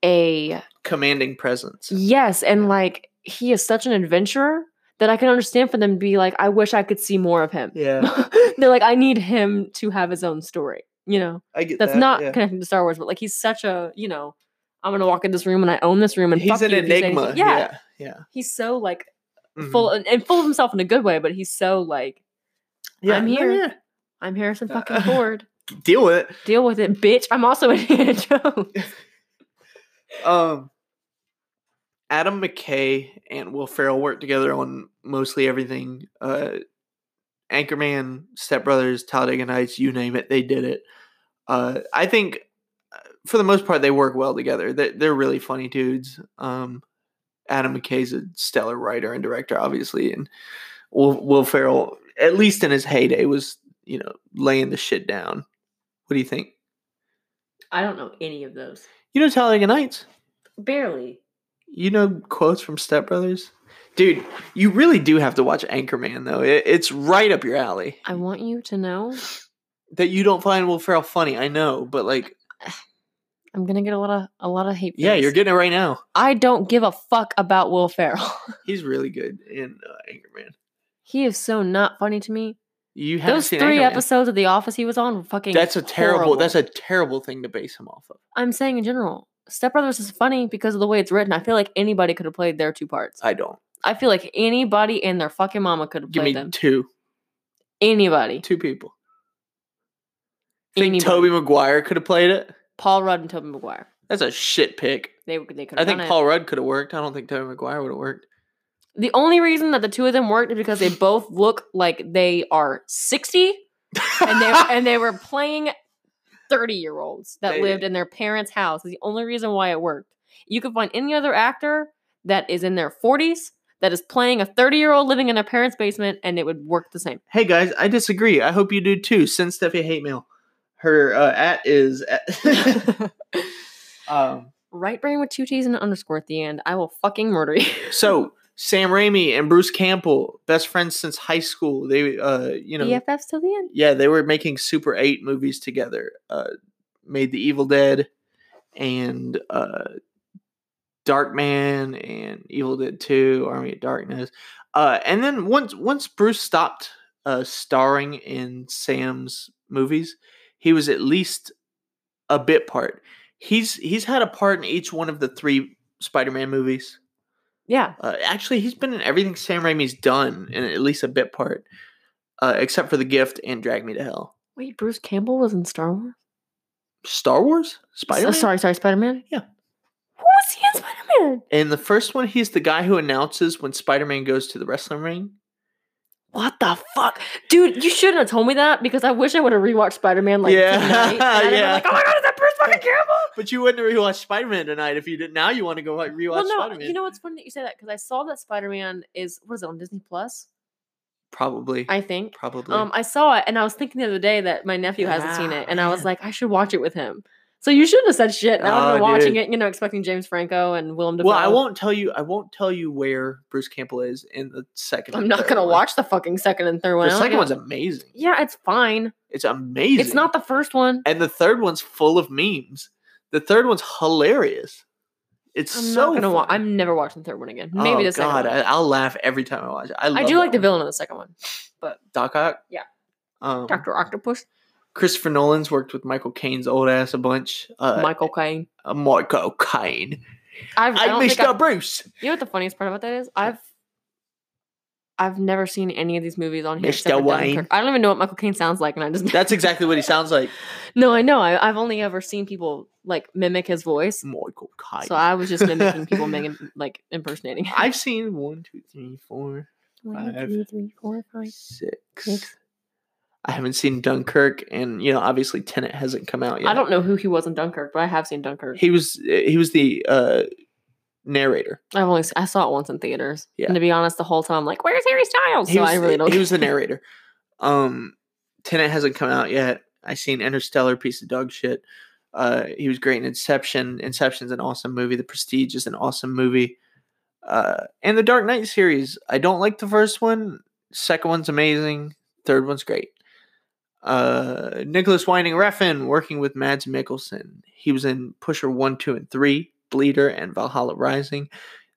S2: a
S1: commanding presence.
S2: yes, and like he is such an adventurer that I can understand for them to be like, I wish I could see more of him.
S1: Yeah,
S2: *laughs* They're like, I need him to have his own story. You know,
S1: I get
S2: that's
S1: that,
S2: not
S1: yeah.
S2: connected to Star Wars, but like he's such a you know. I'm gonna walk in this room and I own this room and
S1: he's
S2: fuck
S1: an
S2: you if you say
S1: enigma.
S2: anything."
S1: Yeah,
S2: Yeah,
S1: yeah.
S2: he's so like
S1: Mhm.
S2: full and, and full of himself in a good way, but he's so like
S1: Yeah,
S2: I'm
S1: no,
S2: here. I'm Harrison
S1: Uh, *laughs*
S2: fucking Ford.
S1: yeah. Deal with it.
S2: Deal with it, bitch. I'm also *laughs* Indiana Jones.
S1: Um, Adam McKay and Will Ferrell worked together on mostly everything. Uh, Anchorman, Step Brothers, Talladega Nights, you name it, they did it. Uh, I think uh, for the most part they work well together. They're, they're really funny dudes. Um, Adam McKay's a stellar writer and director, obviously, and Will, Will Ferrell, at least in his heyday, was you know laying the shit down What do you think?
S2: I don't know any of those.
S1: You know Talladega Nights.
S2: Barely.
S1: You know quotes from Step Brothers. Dude, you really do have to watch Anchorman though. It, it's right up your alley.
S2: I want you to know
S1: That you don't find Will Ferrell funny, I know, but like,
S2: I'm gonna get a lot of a lot of hate. for
S1: yeah,
S2: this.
S1: you're getting it right now.
S2: I don't give a fuck about Will Ferrell. *laughs*
S1: He's really good in uh, Anchorman.
S2: he is so not funny to me.
S1: You haven't
S2: Those
S1: seen
S2: three
S1: Anchorman.
S2: episodes of The Office he was on were fucking.
S1: That's a terrible.
S2: horrible.
S1: That's a terrible thing to base him off of.
S2: I'm saying in general, Step Brothers is funny because of the way it's written. I feel like anybody could have played their two parts.
S1: I don't.
S2: I feel like anybody and their fucking mama could have
S1: Give
S2: played
S1: me
S2: them.
S1: two,
S2: Anybody.
S1: two people. Think
S2: anybody.
S1: Toby Maguire could have played it?
S2: Paul Rudd and Toby Maguire.
S1: That's a shit pick.
S2: They were- they could.
S1: I think Paul Rudd could have worked. I don't think Toby Maguire would have worked.
S2: The only reason that the two of them worked is because *laughs* they both look like they are sixty,
S1: *laughs*
S2: and they *laughs* and they were playing thirty year olds that
S1: They-
S2: lived in their parents' house. Is the only reason why it worked. You could find any other actor that is in their forties that is playing a thirty year old living in their parents' basement, and it would work the same.
S1: hey guys, I disagree. I hope you do too. Send Steffi hate mail. Her uh, at is at, um.
S2: right brain with two T's and an underscore at the end. I will fucking murder *laughs* you.
S1: So Sam Raimi and Bruce Campbell, best friends since high school. They uh, you know,
S2: BFFs till the end.
S1: yeah, they were making Super Eight movies together. Uh, made The Evil Dead and uh, Dark Man and Evil Dead Two, Army of Darkness. Uh, and then once once Bruce stopped uh, starring in Sam's movies, he was at least a bit part. He's he's had a part in each one of the three Spider-Man movies.
S2: Yeah,
S1: Uh, actually, he's been in everything Sam Raimi's done, in at least a bit part, uh, except for The Gift and Drag Me to Hell.
S2: wait, Bruce Campbell was in Star Wars.
S1: Star Wars, Spider Man.
S2: So- uh, sorry, sorry, Spider Man.
S1: Yeah.
S2: Who was he in Spider Man?
S1: In the first one, he's the guy who announces when Spider Man goes to the wrestling ring.
S2: What the fuck, dude? You shouldn't have told me that because I wish I would have rewatched Spider Man like
S1: Yeah,
S2: tonight. And I'd have been
S1: yeah.
S2: Like, oh my god, is that Bruce fucking Campbell?
S1: But *laughs* you wouldn't rewatch Spider Man tonight if you didn't. Now you want to go like, rewatch
S2: well, no,
S1: Spider Man.
S2: you know what's funny that you say that because I saw that Spider Man is what is it on Disney Plus?
S1: probably,
S2: I think.
S1: probably.
S2: Um, I saw it and I was thinking the other day that my nephew hasn't seen
S1: Yeah,
S2: it, and I was
S1: man.
S2: like, I should watch it with him. So you shouldn't have said shit. And I would have been
S1: Oh,
S2: watching
S1: dude.
S2: it, you know, expecting James Franco and Willem Dafoe.
S1: well, I won't tell you. I won't tell you where Bruce Campbell is in the second.
S2: I'm
S1: and
S2: not
S1: third *laughs*
S2: gonna
S1: one.
S2: watch the fucking second and third one.
S1: The
S2: I don't
S1: second
S2: give-
S1: one's amazing.
S2: Yeah, it's fine.
S1: It's amazing.
S2: It's not the first one.
S1: and the third one's full of memes. The third one's hilarious. It's
S2: I'm
S1: so.
S2: not gonna watch.
S1: funny.
S2: I'm never watching the third one again. Maybe
S1: oh,
S2: the second
S1: God,
S2: one.
S1: I, I'll laugh every time I watch it. I,
S2: I,
S1: love
S2: do
S1: that
S2: like the
S1: one.
S2: villain in the second one,
S1: Doc Ock.
S2: Yeah.
S1: Um,
S2: Doctor Octopus,
S1: Christopher Nolan's worked with Michael Caine's old ass a bunch. Uh,
S2: Michael Caine.
S1: uh, Michael Caine.
S2: I've, I
S1: I,
S2: don't
S1: missed
S2: think
S1: Mr.
S2: I,
S1: Bruce.
S2: you know what the funniest part about that is? I've I've never seen any of these movies on here.
S1: Mr.
S2: except for Dunkirk.
S1: Wayne.
S2: I don't even know what Michael Caine sounds like, and I just *laughs*
S1: That's exactly what he sounds like. *laughs*
S2: no, I know. I, I've only ever seen people like mimic his voice,
S1: Michael Caine.
S2: so I was just mimicking
S1: *laughs*
S2: people making like impersonating. him.
S1: I've seen one, two, three, four,
S2: One,
S1: Five.
S2: two, three, four, five.
S1: six.
S2: Six.
S1: I haven't seen Dunkirk, and you know, obviously, Tenet hasn't come out yet.
S2: I don't know who he was in Dunkirk, but I have seen Dunkirk.
S1: He was he was the uh, narrator.
S2: I've only s- I saw it once in theaters.
S1: Yeah.
S2: And to be honest, the whole time I'm like, "Where's Harry Styles?"
S1: he
S2: so
S1: was,
S2: I really don't.
S1: He was
S2: *laughs*
S1: the narrator. Um, Tenet hasn't come out yet. I seen Interstellar, piece of dog shit. Uh, he was great in Inception. Inception's an awesome movie. The Prestige is an awesome movie. Uh, and the Dark Knight series. I don't like the first one. Second one's amazing. Third one's great. Uh, Nicholas Winding Refn working with Mads Mikkelsen. He was in Pusher One, Two, and Three, Bleeder, and Valhalla Rising.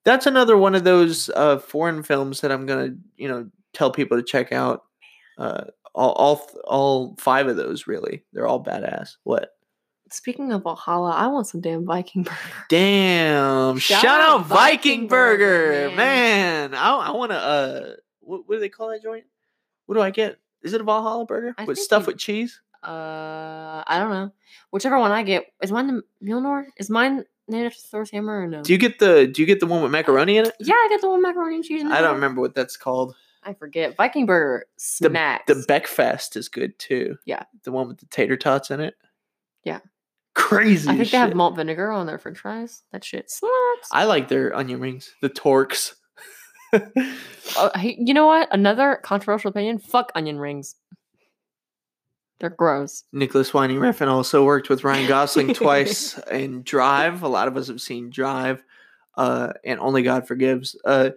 S1: That's another one of those uh, foreign films that I'm gonna, you know, tell people to check out. Uh, all, all, th- all five of those really. They're all badass. What?
S2: Speaking of Valhalla, I want some damn Viking burger.
S1: Damn! Shout,
S2: Shout
S1: out
S2: out
S1: Viking
S2: Viking Burger,
S1: Burger, man. I, I want to. Uh, what, what do they call that joint? What do I get? Is it a Valhalla burger
S2: I
S1: with
S2: think
S1: stuff
S2: you-
S1: with cheese?
S2: Uh, I don't know. Whichever one I get is mine. The Mjolnir is mine named after Thor's hammer or no?
S1: Do you get the Do you get the one with macaroni in it?
S2: yeah, I get the one macaroni and cheese. in
S1: I
S2: there.
S1: don't remember what that's called.
S2: I forget. Viking burger smacks.
S1: The Beckfast is good too.
S2: Yeah.
S1: the one with the tater tots in it.
S2: Yeah.
S1: crazy.
S2: I think
S1: as
S2: they have
S1: shit.
S2: malt vinegar on their French fries. That shit slaps.
S1: I like their onion rings. The Torx.
S2: Oh, hey, you know what? Another controversial opinion. Fuck onion rings. They're gross.
S1: Nicholas Winding Refn also worked with Ryan Gosling twice in Drive. A lot of us have seen Drive uh, and Only God Forgives. Uh,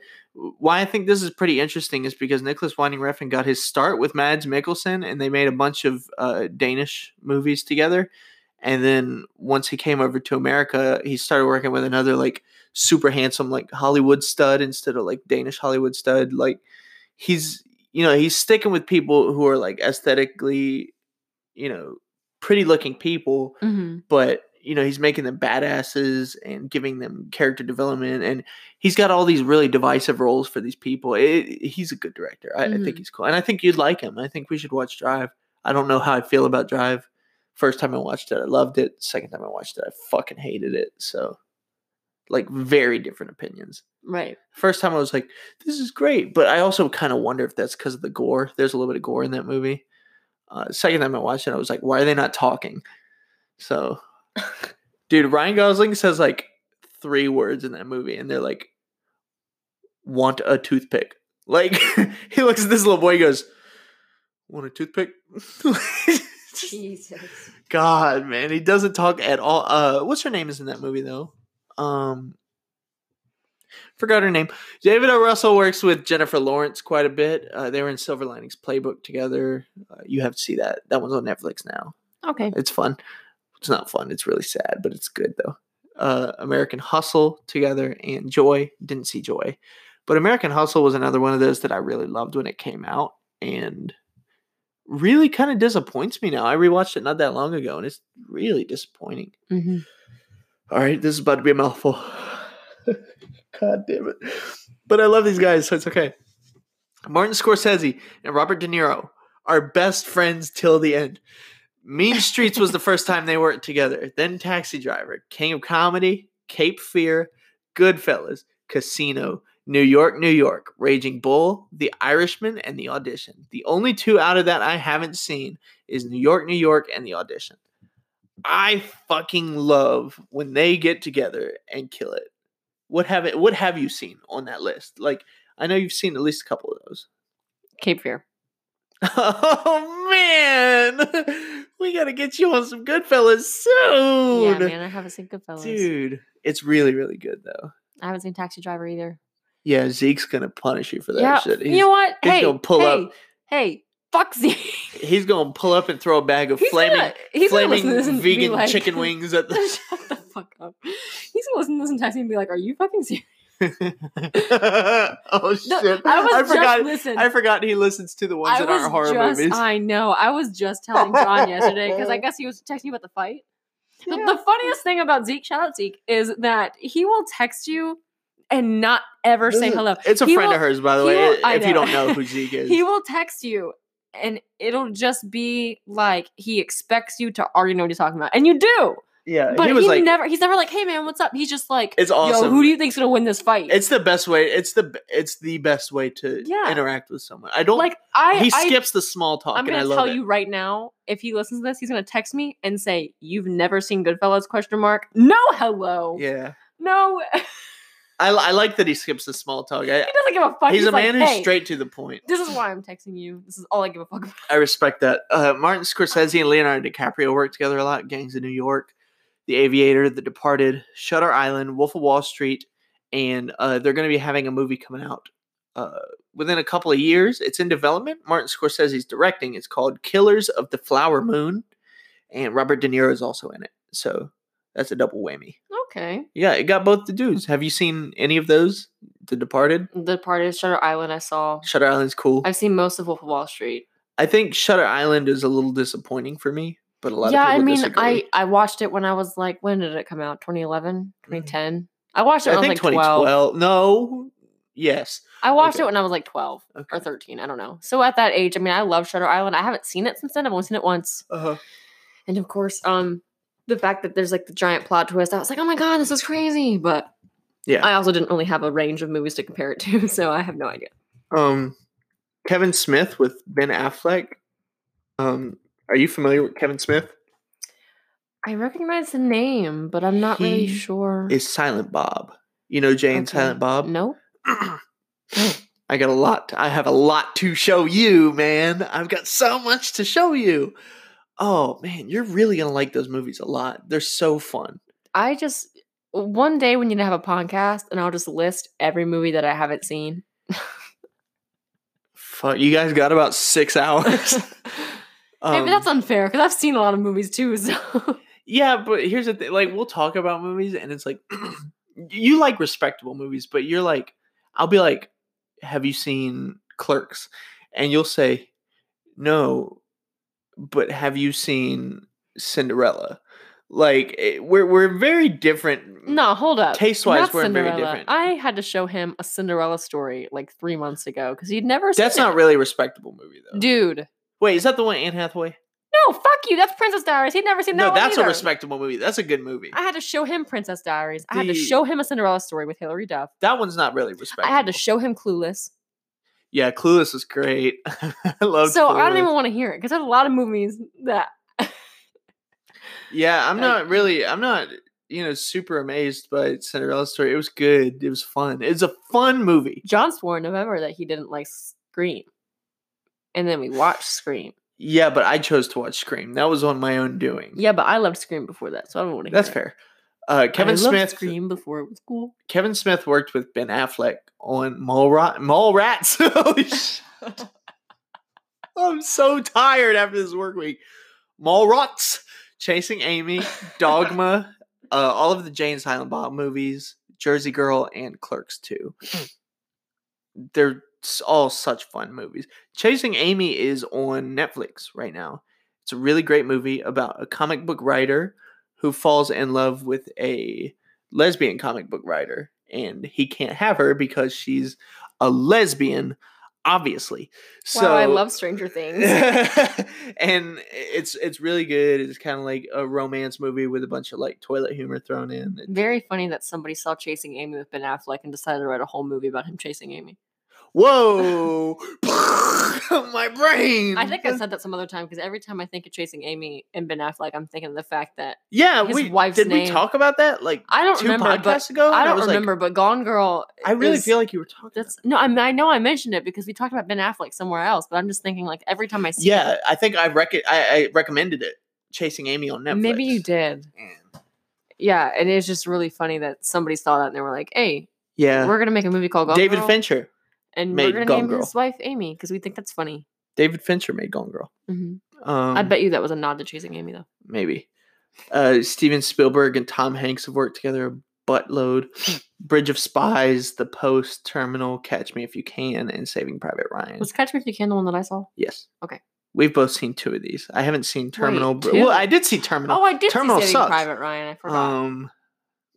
S1: why I think this is pretty interesting is because Nicholas Winding Refn got his start with Mads Mikkelsen, and they made a bunch of uh, Danish movies together. And then once he came over to America, he started working with another like super handsome like Hollywood stud instead of like Danish Hollywood stud. Like he's you know he's sticking with people who are like aesthetically you know pretty looking people,
S2: Mm-hmm.
S1: but you know he's making them badasses and giving them character development and he's got all these really divisive roles for these people it, he's a good director I, I think
S2: Mhm.
S1: he's cool and i think you'd like him i think we should watch drive i don't know how i feel about drive first time i watched it i loved it second time i watched it i fucking hated it so like very different opinions
S2: Right.
S1: first time i was like this is great but i also kind of wonder if that's because of the gore there's a little bit of gore in that movie uh, second time i watched it i was like why are they not talking so dude ryan gosling says like three words in that movie and they're like want a toothpick like *laughs* he looks at this little boy he goes want a toothpick *laughs* Just-
S2: Jesus.
S1: god man he doesn't talk at all uh what's her name is in that movie though um forgot her name david o russell works with jennifer lawrence quite a bit uh, they were in silver linings playbook together uh, you have to see that that one's on netflix now
S2: Okay.
S1: it's fun. It's not fun. It's really sad, but it's good though. Uh, American Hustle together and Joy. Didn't see Joy, but American Hustle was another one of those that I really loved when it came out, and really kind of disappoints me now. I rewatched it not that long ago, and it's really disappointing.
S2: Mm-hmm.
S1: All right, this is about to be a mouthful. *laughs* God damn it! But I love these guys, so it's okay. Martin Scorsese and Robert De Niro are best friends till the end. Mean Streets was the first time they worked together. Then Taxi Driver, King of Comedy, Cape Fear, Goodfellas, Casino, New York, New York, Raging Bull, The Irishman, and The Audition. The only two out of that I haven't seen is New York, New York, and The Audition. I fucking love when they get together and kill it. What have it? What have you seen on that list? Like, I know you've seen at least a couple of those. *laughs*
S2: Cape Fear.
S1: Oh man, we gotta get you on some Goodfellas soon,
S2: Yeah, man. I haven't seen Goodfellas.
S1: dude. It's really, really good though.
S2: I haven't seen Taxi Driver either.
S1: Yeah, Zeke's gonna punish you for that
S2: yeah.
S1: shit. He's,
S2: you know what?
S1: he's
S2: hey.
S1: gonna pull
S2: hey,
S1: up-
S2: Hey. Fuck *laughs* Zeke.
S1: he's gonna pull up and throw a bag of
S2: He's
S1: flaming,
S2: gonna- he's gonna listen
S1: flaming
S2: to this and be
S1: vegan
S2: like-
S1: chicken wings at *laughs*
S2: *laughs* Shut the fuck up. He's gonna listen to this and text me and be like, "Are you
S1: *laughs*
S2: fucking serious?"
S1: Oh, the. oh shit!
S2: No, I was just
S1: forgot.
S2: listening.
S1: I forgot he listens to the ones
S2: I
S1: that aren't horror
S2: just,
S1: movies.
S2: I know. I was just telling John yesterday because
S1: *laughs*
S2: I guess he was texting you about the fight. The, the
S1: Yeah.
S2: funniest thing about Zeke, shout out Zeke, is that he will text you and not ever
S1: This
S2: say
S1: is-
S2: hello.
S1: It's a
S2: He
S1: friend
S2: will-
S1: of hers, by the
S2: he
S1: way.
S2: will- I
S1: if you
S2: know.
S1: don't
S2: *laughs*
S1: know who Zeke is,
S2: He will text you and it'll just be like he expects you to already know what he's talking about. And you do.
S1: yeah,
S2: But
S1: Uh, he
S2: he,
S1: was like,
S2: never he's never like, hey man, what's up? He's just like
S1: it's
S2: Yo,
S1: awesome.
S2: who do you think's gonna win this fight?
S1: It's the best way. It's the it's the best way to
S2: Yeah.
S1: interact with someone. I don't like.
S2: like I
S1: he
S2: I
S1: skips the small talk,
S2: I'm
S1: and
S2: gonna
S1: I love
S2: tell
S1: it.
S2: you right now. If he listens to this, he's gonna text me and say, "You've never seen Goodfellas?" Question mark. No, hello.
S1: yeah,
S2: No, *laughs* he
S1: I, li- I like that he skips the small talk. I,
S2: doesn't give a fuck.
S1: he's, a
S2: like,
S1: man who's
S2: "Hey,
S1: straight to the point.
S2: This is why I'm texting you. This is all I give a fuck about.
S1: I respect that. Uh, Martin Scorsese and Leonardo DiCaprio work together a lot. Gangs of New York, The Aviator, The Departed, Shutter Island, Wolf of Wall Street, and uh, they're going to be having a movie coming out uh, within a couple of years. It's in development. Martin Scorsese's directing. It's called Killers of the Flower Moon, and Robert De Niro is also in it. So that's a double whammy.
S2: Okay.
S1: Yeah, it got both the dudes. Have you seen any of those? The Departed,
S2: The part is Shutter Island. I saw.
S1: Shutter Island's cool.
S2: I've seen most of Wolf of Wall Street.
S1: I think Shutter Island is a little disappointing for me, but a lot
S2: Yeah,
S1: of
S2: I
S1: people
S2: mean,
S1: disagree.
S2: I I watched it when I was like, when did it come out? 2011, 2010. I watched it
S1: Mm. I
S2: when I,
S1: think
S2: was like 12.
S1: 2012. No, yes.
S2: I watched
S1: Okay.
S2: it when I was like 12
S1: Okay.
S2: or 13. I don't know. So at that age, I mean, I love Shutter Island. I haven't seen it since then. I've only seen it once.
S1: Uh-huh.
S2: And of course, um, the fact that there's like the giant plot twist, I was like, oh my god, this is crazy. But
S1: Yeah.
S2: I also didn't really have a range of movies to compare it *laughs* to, so I have no idea.
S1: Um, Kevin Smith with Ben Affleck. Um, are you familiar with Kevin Smith?
S2: Mm-hmm. I recognize the name, but I'm not really
S1: He
S2: sure.
S1: Is Silent Bob? You know Jay and
S2: Okay.
S1: Silent Bob.
S2: No.
S1: *clears throat* I got a lot. I have a lot to show you, man. I've got so much to show you. oh man, you're really gonna like those movies a lot. They're so fun.
S2: I just one day when you have a podcast, and I'll just list every movie that I
S1: *laughs*
S2: haven't seen. *laughs*
S1: Fuck, you guys got about six
S2: *laughs*
S1: hours.
S2: Hey, but
S1: *laughs* Um,
S2: that's unfair because I've seen a lot of movies too. *laughs* So
S1: yeah, but here's the thing: like, we'll talk about movies, and it's like *clears throat* you like respectable movies, but you're like, I'll be like, "Have you seen Clerks?" And you'll say, "No," but have you seen Cinderella? Like, it- we're we're very different.
S2: no, hold up.
S1: Taste-wise,
S2: Not
S1: we're very
S2: Cinderella.
S1: different.
S2: I had to show him a Cinderella story like three months ago because he'd never.
S1: that's
S2: seen
S1: not
S2: it.
S1: really a respectable movie though.
S2: dude.
S1: Wait, is that the one Anne Hathaway?
S2: No, fuck you. That's Princess Diaries. He'd never seen that.
S1: No,
S2: one
S1: that's a
S2: either.
S1: respectable movie. That's a good movie.
S2: I had to show him Princess Diaries. I had to
S1: The-
S2: show him a Cinderella story with Hilary Duff.
S1: that one's not really respectable.
S2: I had to show him Clueless.
S1: yeah, Clueless is great. *laughs* I love.
S2: so I don't
S1: Clueless.
S2: even want to hear it because there's a lot of movies that
S1: Yeah, I'm
S2: like-
S1: not really. I'm not. You know, super amazed by Cinderella's story. It was good. It was fun. It's a fun movie.
S2: John swore in November that he didn't like Scream, and then we
S1: *sighs*
S2: watched Scream.
S1: Yeah, but I chose to watch Scream. That was on my own doing.
S2: Yeah, but I loved Scream before that, so I don't want to.
S1: that's
S2: hear it.
S1: fair. Uh, Kevin
S2: I loved
S1: Smith.
S2: Scream before it was cool.
S1: Kevin Smith worked with Ben Affleck on Mallrat. Mallrats. *laughs*
S2: *laughs*
S1: Holy shit. I'm so tired after this work week. Mallrats, Chasing
S2: *laughs*
S1: Amy, Dogma, uh, all of the Jane Silent Bob movies, Jersey Girl, and Clerks
S2: *clears throat*
S1: 2. They're s- all such fun movies. Chasing Amy is on Netflix right now. It's a really great movie about a comic book writer who falls in love with a lesbian comic book writer and he can't have her because she's a lesbian obviously so
S2: wow, I love Stranger Things.
S1: *laughs* and it's it's really good. It's kind of like a romance movie with a bunch of like toilet humor thrown in. It-
S2: *laughs* Very funny that somebody saw Chasing Amy with Ben Affleck and decided to write a whole movie about him chasing Amy.
S1: Whoa, *laughs* my brain.
S2: I think I said that some other time because every time I think of Chasing Amy and Ben Affleck, I'm thinking of the fact that
S1: yeah.
S2: his
S1: we,
S2: wife's
S1: did we
S2: name.
S1: talk about that like
S2: I don't
S1: two
S2: remember. But
S1: podcasts ago?
S2: I
S1: And
S2: don't
S1: was like,
S2: remember. but Gone Girl.
S1: I really
S2: is-
S1: feel like you were talking. about
S2: That's no, I, mean, I know I mentioned it because we talked about Ben Affleck somewhere else, but I'm just thinking like every time I
S1: that.
S2: see
S1: yeah. I think I, rec- I I recommended it. Chasing Amy on
S2: it,
S1: Netflix.
S2: maybe you did.
S1: And-
S2: Yeah, and it's just really funny that somebody saw that and they were like, "Hey,
S1: Yeah.
S2: we're gonna make a movie called Gone
S1: David
S2: Girl,
S1: Fincher.
S2: and
S1: made
S2: we're gonna
S1: Gone
S2: name
S1: Girl."
S2: his wife Amy because we think that's funny."
S1: David Fincher made Gone Girl.
S2: hmm
S1: Um,
S2: I bet you that was a nod to Chasing Amy though.
S1: maybe. Uh, Steven Spielberg and Tom Hanks have worked together a buttload.
S2: *laughs*
S1: Bridge of Spies, The Post, Terminal, Catch Me If You Can, and Saving Private Ryan.
S2: Was Catch Me If You Can the one that I saw?
S1: Yes.
S2: Okay.
S1: We've both seen two of these. I haven't seen Terminal. but-
S2: two?
S1: well, I did see Terminal.
S2: Oh, I did
S1: Terminal
S2: see Saving
S1: sucks.
S2: Private Ryan. I forgot.
S1: um,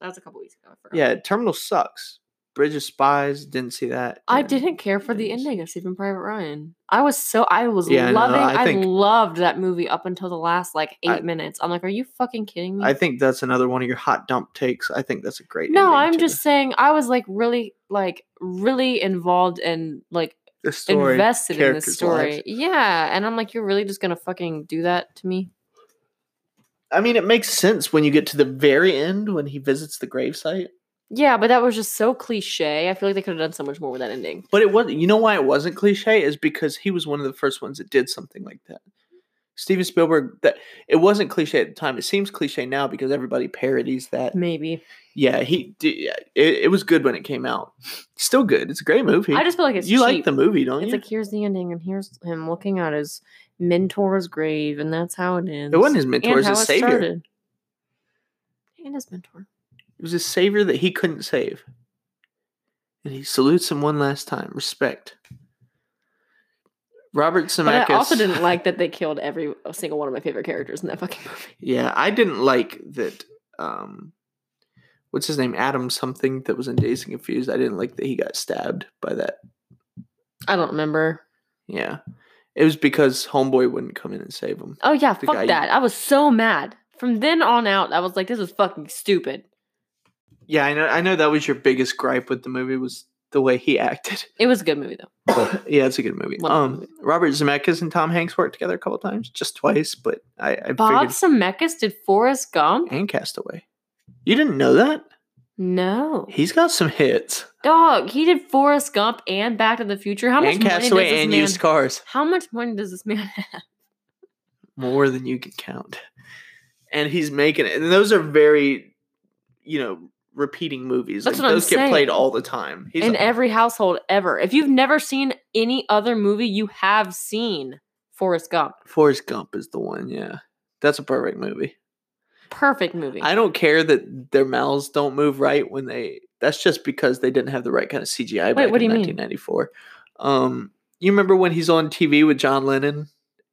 S2: that was a couple weeks ago. I forgot.
S1: yeah, Terminal sucks. Bridge of Spies, didn't see that.
S2: I
S1: and-
S2: didn't care for the
S1: Yes.
S2: ending of Saving Private Ryan. I was so I was
S1: Yeah, I know,
S2: loving.
S1: I
S2: I,
S1: think-
S2: loved that movie up until the last like eight
S1: I-
S2: minutes. I'm like, are you fucking kidding me?
S1: I think that's another one of your hot dump takes. I think that's a great.
S2: no,
S1: ending
S2: I'm
S1: to
S2: just saying I was like really like really involved and like
S1: the story,
S2: invested in this
S1: characters'
S2: story.
S1: lives.
S2: Yeah, and I'm like, you're really just gonna fucking do that to me?
S1: I mean, it makes sense when you get to the very end when he visits the gravesite.
S2: Yeah, but that was just so cliche. I feel like they could have done so much more with that ending.
S1: But it wasn't. You know why it wasn't cliche is because he was one of the first ones that did something like that. Steven Spielberg. That it wasn't cliche at the time. It seems cliche now because everybody parodies that.
S2: Maybe
S1: Yeah, he. d- yeah, It, it was good when it came out. Still good. It's a great movie.
S2: I just feel like it's
S1: you like
S2: cheap.
S1: the movie, don't
S2: It's
S1: you?
S2: like here's the ending, and here's him looking at his mentor's grave, and that's how it ends.
S1: it wasn't his mentor. It was
S2: how
S1: his savior.
S2: started. And his mentor.
S1: It was his savior that he couldn't save. And he salutes him one last time. Respect. Robert Zemeckis.
S2: But I also didn't like that they killed every single one of my favorite characters in that fucking *laughs* movie.
S1: Yeah, I didn't like that. Um, what's his name? Adam something that was in Days and Confused. I didn't like that he got stabbed by that.
S2: I don't remember.
S1: Yeah, it was because Homeboy wouldn't come in and save him.
S2: Oh yeah,
S1: The
S2: fuck
S1: guy-
S2: that. I was so mad. From then on out, I was like, this is fucking stupid.
S1: Yeah, I know. I know that was your biggest gripe with the movie was the way he acted.
S2: It was a good movie though.
S1: *laughs* yeah, it's a good movie.
S2: Wonderful
S1: Um,
S2: movie.
S1: Robert Zemeckis and Tom Hanks worked together a couple times, just twice, but I, I
S2: Bob
S1: figured Mm.
S2: Zemeckis did Forrest Gump?
S1: and Castaway. You didn't know that?
S2: No.
S1: He's got some hits.
S2: Dog, he did Forrest Gump and Back to the Future. How much
S1: and
S2: money does
S1: Castaway
S2: this
S1: and
S2: man
S1: used cars.
S2: How much money does this man have?
S1: more than you can count. And he's making it. And those are very, you know, repeating movies.
S2: That's
S1: like,
S2: what I'm
S1: those get played
S2: saying.
S1: all the time. He's
S2: in
S1: like,
S2: every household ever. If you've never seen any other movie, you have seen Forrest Gump.
S1: Forrest Gump is the one, yeah. That's a perfect movie.
S2: Perfect movie.
S1: I don't care that their mouths don't move right when they. That's just because they didn't have the right kind of CGI back
S2: what do
S1: in
S2: you mean?
S1: 1994. Um, you remember when he's on TV with John Lennon,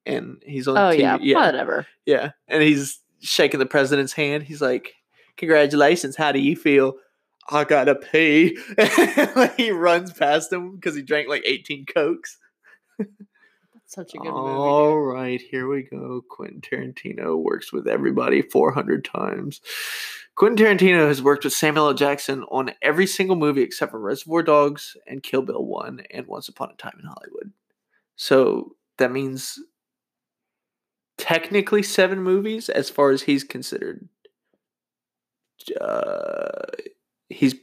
S1: and he's on.
S2: oh
S1: TV,
S2: yeah,
S1: yeah,
S2: whatever.
S1: yeah, and he's shaking the president's hand. He's like, "Congratulations, how do you feel?" I gotta pee. *laughs* Like, he runs past him because he drank like 18 cokes.
S2: Such a good movie.
S1: All right, here we go. Quentin Tarantino works with everybody 400 times. Quentin Tarantino has worked with Samuel L. Jackson on every single movie except for Reservoir Dogs and Kill Bill 1 and Once Upon a Time in Hollywood. So that means technically seven movies as far as he's considered. Uh, he's.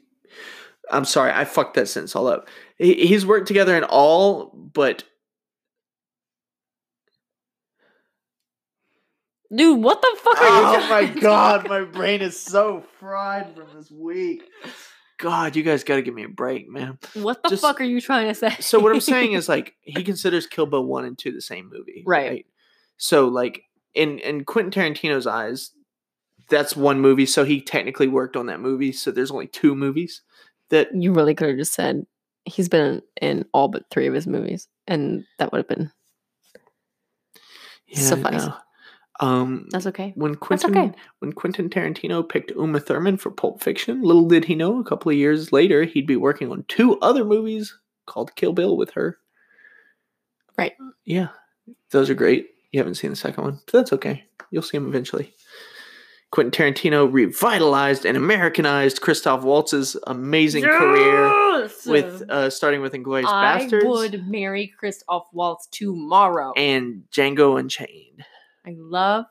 S1: I'm sorry, I fucked that sentence all up. He, he's worked together in all but
S2: Dude, what the fuck are you
S1: Oh my *laughs*
S2: doing?
S1: god, my brain is so fried from this week. God, you guys got to give me a break, man.
S2: *laughs* What the
S1: Just-
S2: fuck are you trying to say?
S1: So what I'm
S2: *laughs*
S1: saying is *laughs* like he considers Kill Bill 1 and 2 the same movie,
S2: Right.
S1: So like in in Quentin Tarantino's eyes, that's one movie, so he technically worked on that movie, so there's only two movies that
S2: you really could have just said he's been in all but three of his movies, and that would have been
S1: yeah, I
S2: Suffice.
S1: know. Um
S2: that's okay.
S1: when
S2: That's
S1: Quentin
S2: okay.
S1: when Quentin Tarantino picked Uma Thurman for Pulp Fiction, little did he know a couple of years later he'd be working on two other movies called Kill Bill with her.
S2: Right.
S1: Yeah. Those are great. You haven't seen the second one, but that's okay. You'll see them eventually. Quentin Tarantino revitalized and Americanized Christoph Waltz's amazing career with uh, starting with Inglorious
S2: I
S1: Bastards
S2: would marry Christoph Waltz tomorrow.
S1: and Django Unchained.
S2: I love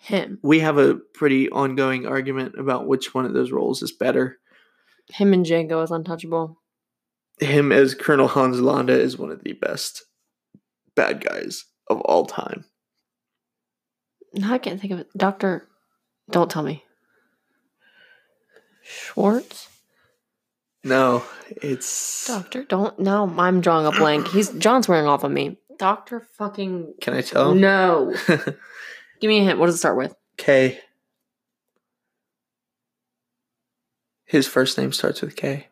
S2: him.
S1: We have a pretty ongoing argument about which one of those roles is better.
S2: Him and Django is untouchable.
S1: him as Colonel Hans Landa is one of the best bad guys of all time.
S2: No, I can't think of it. Doctor, don't tell me. Schwartz.
S1: No, it's.
S2: Doctor, don't. No, I'm drawing a blank.
S1: *coughs*
S2: He's John's wearing off on me. Doctor, fucking
S1: Can I tell?
S2: no. Give me a hint. What does it start with?
S1: *laughs* K. His first name starts with K.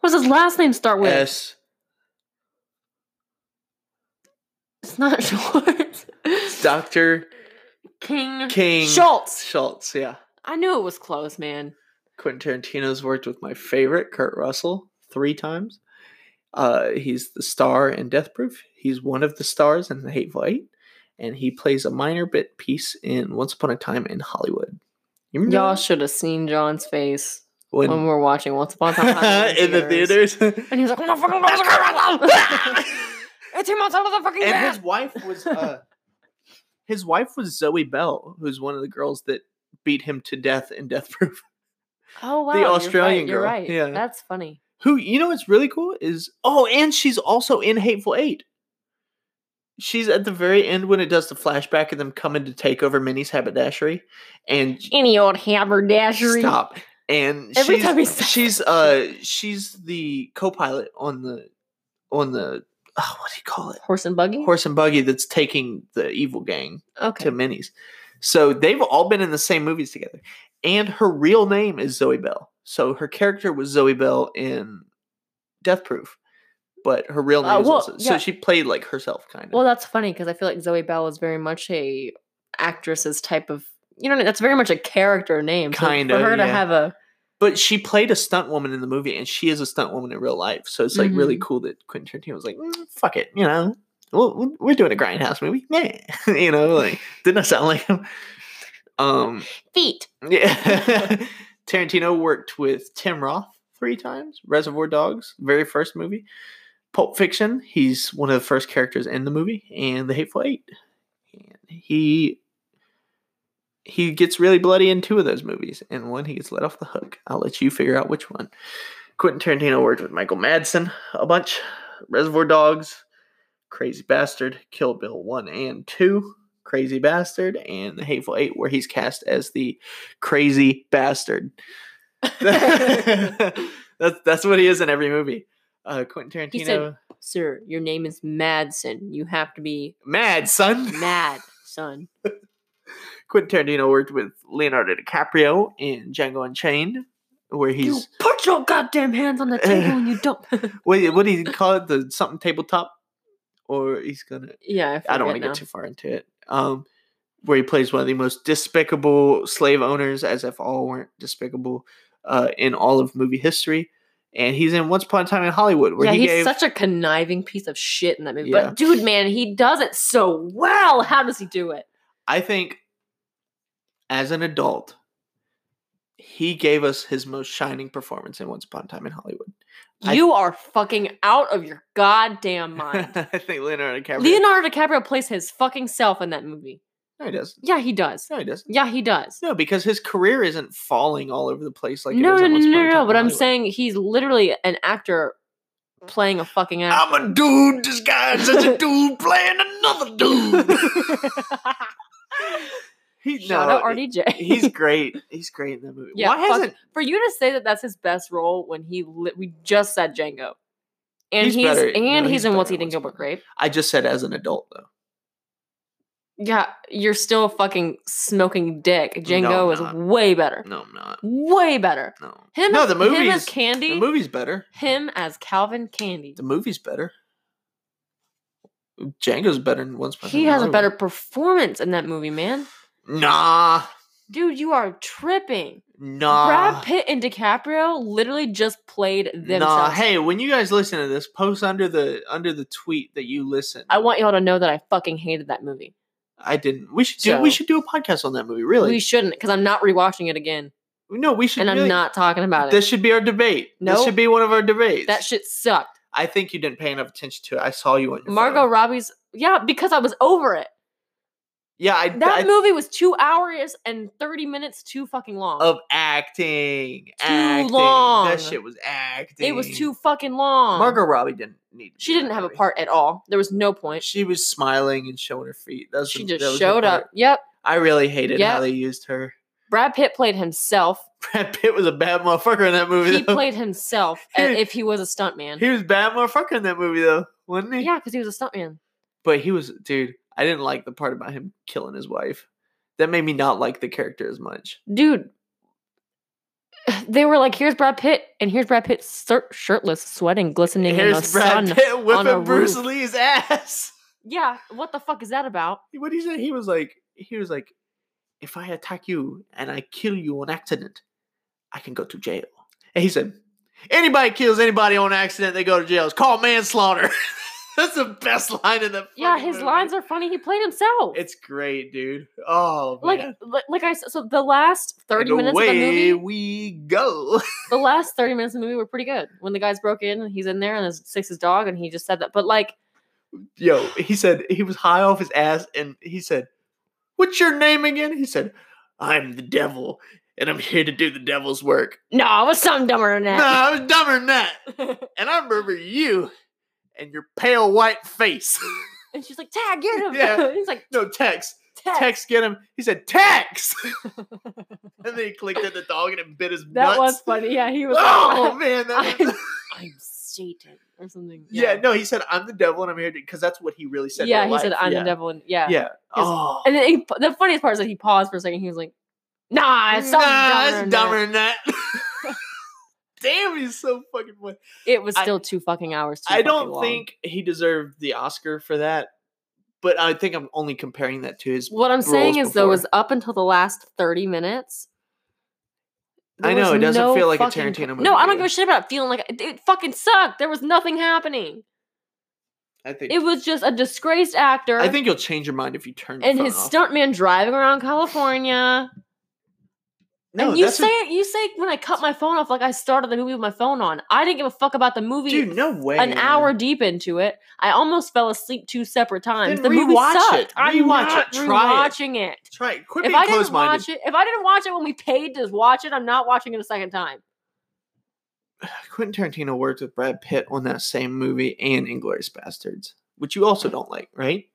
S2: What does his last name start with?
S1: S.
S2: It's not *laughs* Schwartz.
S1: Doctor
S2: King.
S1: King
S2: Schultz.
S1: Schultz, yeah.
S2: I knew it was close, man.
S1: Quentin Tarantino's worked with my favorite, Kurt Russell, three times. Uh, he's the star in Death Proof. He's one of the stars in The Hateful Eight, and he plays a minor bit piece in Once Upon a Time in Hollywood. You remember
S2: Y'all
S1: that?
S2: should have seen John's face
S1: when,
S2: when we were watching Once Upon a Time
S1: *laughs* in the theaters? *laughs*
S2: *laughs* and he was like, "I'm not fucking watching It's him outside of the fucking
S1: and
S2: gas.
S1: his wife was uh, his wife was Zoe Bell, who's one of the girls that beat him to death in Death Proof.
S2: Oh wow,
S1: the
S2: you're
S1: Australian
S2: right, you're
S1: girl.
S2: right.
S1: Yeah.
S2: that's funny.
S1: Who you know what's really cool is oh, and she's also in Hateful Eight. She's at the very end when it does the flashback of them coming to take over Minnie's haberdashery, and
S2: Any old haberdashery.
S1: stop. And
S2: Every
S1: she's
S2: time he says
S1: she's uh she's the co-pilot on the on the oh, what do you call it
S2: Horse and buggy.
S1: horse and buggy that's taking the evil gang
S2: okay.
S1: to Minnie's. So they've all been in the same movies together, and her real name is Zoe Bell. So her character was Zoe Bell in Death Proof, but her real name
S2: Uh,
S1: is
S2: well,
S1: also
S2: yeah.
S1: so she played like herself kind of.
S2: Well, that's funny because I feel like Zoe Bell is very much a actress's type of. You know, that's very much a character name. so
S1: Kinda,
S2: for her to
S1: yeah.
S2: have a
S1: but she played a stunt woman in the movie, and she is a stunt woman in real life. So it's like really
S2: Mhm.
S1: cool that Quentin Tarantino was like, "Mm, "Fuck it," you know. Well, we- we're doing a grindhouse movie, *laughs* yeah. you know. Like, didn't I sound like him? Um,
S2: feet.
S1: Yeah. *laughs* Tarantino worked with Tim Roth three times. Reservoir Dogs, very first movie. Pulp Fiction, he's one of the first characters in the movie, and The Hateful Eight. And he he gets really bloody in two of those movies. In one, he gets let off the hook. I'll let you figure out which one. Quentin Tarantino worked with Michael Madsen a bunch. Reservoir Dogs, Crazy Bastard, Kill Bill 1 and 2, Crazy Bastard, and The Hateful Eight, where he's cast as the crazy bastard. *laughs* that's, that's what he is in every movie. Uh, Quentin
S2: He
S1: Tarantino.
S2: said- Sir, your name is Madsen. You have to be
S1: Mad, son. *laughs*
S2: mad, son.
S1: Quentin Tarantino worked with Leonardo DiCaprio in Django Unchained, where
S2: You
S1: he's
S2: put your goddamn hands on the table *laughs* and you don't.
S1: what, what do you call it? The something tabletop, or he's gonna.
S2: yeah,
S1: I don't want to get too far into it. Um, where he plays one of the most despicable slave owners, as if all weren't despicable, uh, in all of movie history. And he's in Once Upon a Time in Hollywood, where
S2: yeah,
S1: he
S2: he's
S1: gave
S2: such a conniving piece of shit in that movie.
S1: Yeah.
S2: But dude, man, he does it so well. How does he do it?
S1: I think as an adult, he gave us his most shining performance in Once Upon a Time in Hollywood. I-
S2: You are fucking out of your
S1: *laughs*
S2: goddamn mind.
S1: I think Leonardo DiCaprio.
S2: Leonardo DiCaprio plays his fucking self in that movie.
S1: no, he does.
S2: Yeah, he does.
S1: No, he does.
S2: Yeah, he does.
S1: No, because his career isn't falling all over the place like it
S2: no,
S1: is
S2: no,
S1: in
S2: no,
S1: Once
S2: no,
S1: Upon a
S2: no,
S1: Time in
S2: But I'm
S1: Hollywood.
S2: saying he's literally an actor playing a fucking actor.
S1: I'm a dude disguised as
S2: *laughs*
S1: a dude playing another dude. he,
S2: Shout
S1: no,
S2: out RDJ.
S1: he's great. He's great in that movie.
S2: Yeah,
S1: Why
S2: fuck-
S1: hasn't
S2: for you to say that that's his best role when he li- we just said Django, and
S1: He's
S2: he's,
S1: better-
S2: and
S1: no,
S2: he's,
S1: he's
S2: in
S1: better
S2: What's
S1: than
S2: Eating
S1: What's
S2: Gilbert
S1: Eating-
S2: Grape.
S1: I just said as an adult though?
S2: Yeah, you're still fucking smoking dick. Django
S1: I'm
S2: is
S1: not.
S2: way better,
S1: No, I'm not.
S2: way better.
S1: No,
S2: Him,
S1: No,
S2: as,
S1: the
S2: him as
S1: movie's-
S2: Candy,
S1: the movie's better.
S2: him as Calvin Candy.
S1: The movie's better. Django's better than Once Upon a
S2: He
S1: Time in
S2: has a
S1: Hollywood.
S2: better performance in that movie, man.
S1: Nah,
S2: Dude, you are tripping.
S1: nah.
S2: Brad Pitt and DiCaprio literally just played themselves.
S1: Ah. Nah, hey, when you guys listen to this, post under the under the tweet that you listen.
S2: I want y'all to know that I fucking hated that movie.
S1: I didn't. We should do. we
S2: So-
S1: should do a podcast on that movie. Really?
S2: We shouldn't, because I'm not rewatching it again,
S1: no, we should.
S2: and I'm
S1: really-
S2: not talking about it.
S1: This should be our debate. This
S2: Nope.
S1: should be one of our debates.
S2: That shit sucked.
S1: I think you didn't pay enough attention to it. I saw you on your
S2: Margot
S1: phone.
S2: Robbie's, yeah, because I was over it.
S1: Yeah, I,
S2: That
S1: I-
S2: movie was two hours and thirty minutes too fucking long.
S1: of acting.
S2: Too
S1: acting.
S2: long.
S1: That shit was acting.
S2: it was too fucking long.
S1: Margot Robbie didn't need. to
S2: she
S1: be in
S2: didn't
S1: that
S2: have a
S1: movie.
S2: part at all. There was no point.
S1: She was smiling and showing her feet. That's
S2: She just showed up. Yep.
S1: I really hated how
S2: Yep.
S1: they used her. *laughs*
S2: Brad Pitt played himself.
S1: Brad Pitt was a bad motherfucker in that *laughs* movie.
S2: He
S1: though.
S2: played himself a-
S1: He-
S2: if he was a
S1: *laughs*
S2: stuntman.
S1: He was a bad motherfucker in that movie though, wasn't he?
S2: Yeah, because he was a stuntman.
S1: But he was dude, I didn't like the part about him killing his wife. That made me not like the character as much.
S2: Dude, *sighs* they were like, here's Brad Pitt, and here's Brad Pitt sir- shirtless, sweating, glistening in the
S1: Here's Brad
S2: sun.
S1: Pitt
S2: a
S1: whipping Bruce
S2: roof.
S1: Lee's *laughs* ass.
S2: Yeah, what the fuck is that about?
S1: What he say? He was like he was like, if I attack you and I kill you on accident, I can go to jail. And he said, Anybody kills anybody on accident, they go to jail. It's called manslaughter. *laughs* That's the best line in the
S2: Yeah, his lines are funny. He played himself.
S1: It's great, dude. Oh
S2: like,
S1: man.
S2: li- like I said, so the last 30
S1: And
S2: minutes of
S1: away
S2: the movie,
S1: we go. *laughs*
S2: the last 30 minutes of the movie were pretty good. When the guys broke in and he's in there and six his dog and he just said that. But like,
S1: Yo, he said he was high off his ass, and he said, "What's your name again?" He said, "I'm the devil, and I'm here to do the devil's work."
S2: no, I was something dumber than
S1: No,
S2: that.
S1: I was dumber than that, and I remember you and your pale white face.
S2: *laughs*
S1: *laughs*
S2: and she's like, Tag, get him.
S1: Yeah.
S2: *laughs* he's like,
S1: no, Tex,
S2: Tag.
S1: Tex, get him. He said,
S2: *laughs*
S1: "Tex," and then he clicked at the dog, and it bit his
S2: That
S1: nuts.
S2: was funny. Yeah, he
S1: *laughs*
S2: was.
S1: oh
S2: like, *laughs*
S1: man, that was- *laughs*
S2: I'm, I'm Satan or something.
S1: yeah. No, he said, "I'm the devil, and I'm here to," because that's what he really said. in
S2: yeah,
S1: real
S2: he said,
S1: life.
S2: I'm
S1: yeah.
S2: the devil. And yeah.
S1: Yeah.
S2: His-
S1: oh.
S2: And then he, the funniest part is that he paused for a second. He was like, Nah, it's something
S1: Nah,
S2: dumber.
S1: it's
S2: than that."
S1: dumber than that.
S2: *laughs*
S1: *laughs* Damn, he's so fucking funny.
S2: It was
S1: I-
S2: still two fucking hours. Too
S1: I
S2: fucking
S1: don't
S2: long.
S1: think he deserved the Oscar for that, but I think I'm only comparing that to his.
S2: What I'm saying
S1: roles
S2: is, though,
S1: before.
S2: is up until the last 30 minutes.
S1: I
S2: there was
S1: know, it doesn't feel like a
S2: fucking
S1: Tarantino movie
S2: No, I
S1: either.
S2: don't give a shit about feeling like it, it fucking sucked. There was nothing happening.
S1: I think
S2: It was just a disgraced actor
S1: I think you'll change your mind if you turn your
S2: and
S1: phone
S2: his
S1: off.
S2: stuntman driving around California.
S1: No,
S2: and you
S1: that's a-
S2: say you say when I cut my phone off, like I started the movie with my phone on. I didn't give a fuck about the movie.
S1: dude, no way.
S2: an
S1: man.
S2: hour deep into it, I almost fell asleep two separate times.
S1: Then
S2: the movie
S1: rewatch
S2: sucked.
S1: it.
S2: I'm
S1: Rewatch
S2: not
S1: it. Try it.
S2: rewatching it.
S1: Try it. Quit
S2: If
S1: being
S2: I didn't
S1: closed-minded.
S2: watch it, if I didn't watch it when we paid to watch it, I'm not watching it a second time.
S1: Quentin Tarantino worked with Brad Pitt on that same movie and Inglorious Bastards. which you also don't like, right?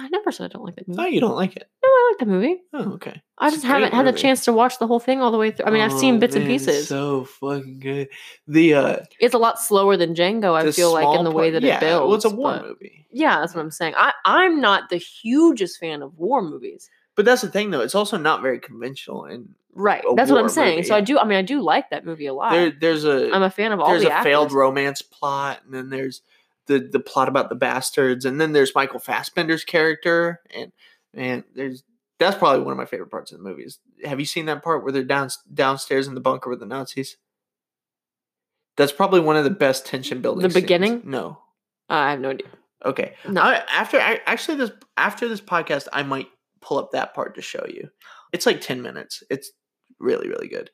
S2: I never said I don't like that movie.
S1: No, you don't like it.
S2: No, I like the movie.
S1: Oh, okay.
S2: I
S1: It's a
S2: just
S1: great
S2: haven't had the
S1: movie.
S2: chance to watch the whole thing all the way through. I mean, I've seen
S1: Oh,
S2: bits and
S1: man, it's
S2: pieces.
S1: so fucking good. The uh,
S2: it's a lot slower than Django. I
S1: the
S2: feel like in
S1: small
S2: the way
S1: part-
S2: that
S1: yeah,
S2: it builds.
S1: Well, it's a war
S2: but-
S1: movie.
S2: Yeah, that's what I'm saying. I I'm not the hugest fan of war movies.
S1: But that's the thing, though. It's also not very conventional, and
S2: Right.
S1: A
S2: that's what I'm
S1: war
S2: saying.
S1: movie,
S2: So I
S1: yeah.
S2: do. I mean, I do like that movie a lot.
S1: there, there's a
S2: I'm a fan of all
S1: there's
S2: the
S1: a failed
S2: actors.
S1: romance plot, and then there's the the plot about the bastards, and then there's Michael Fassbender's character, and and there's that's probably one of my favorite parts of the movie. Is have you seen that part where they're down downstairs in the bunker with the Nazis? That's probably one of the best tension building.
S2: The
S1: scenes.
S2: beginning?
S1: No.
S2: Uh, I have no idea.
S1: Okay.
S2: No.
S1: I, after I, actually this after this podcast, I might pull up that part to show you. It's like ten minutes. It's really really good.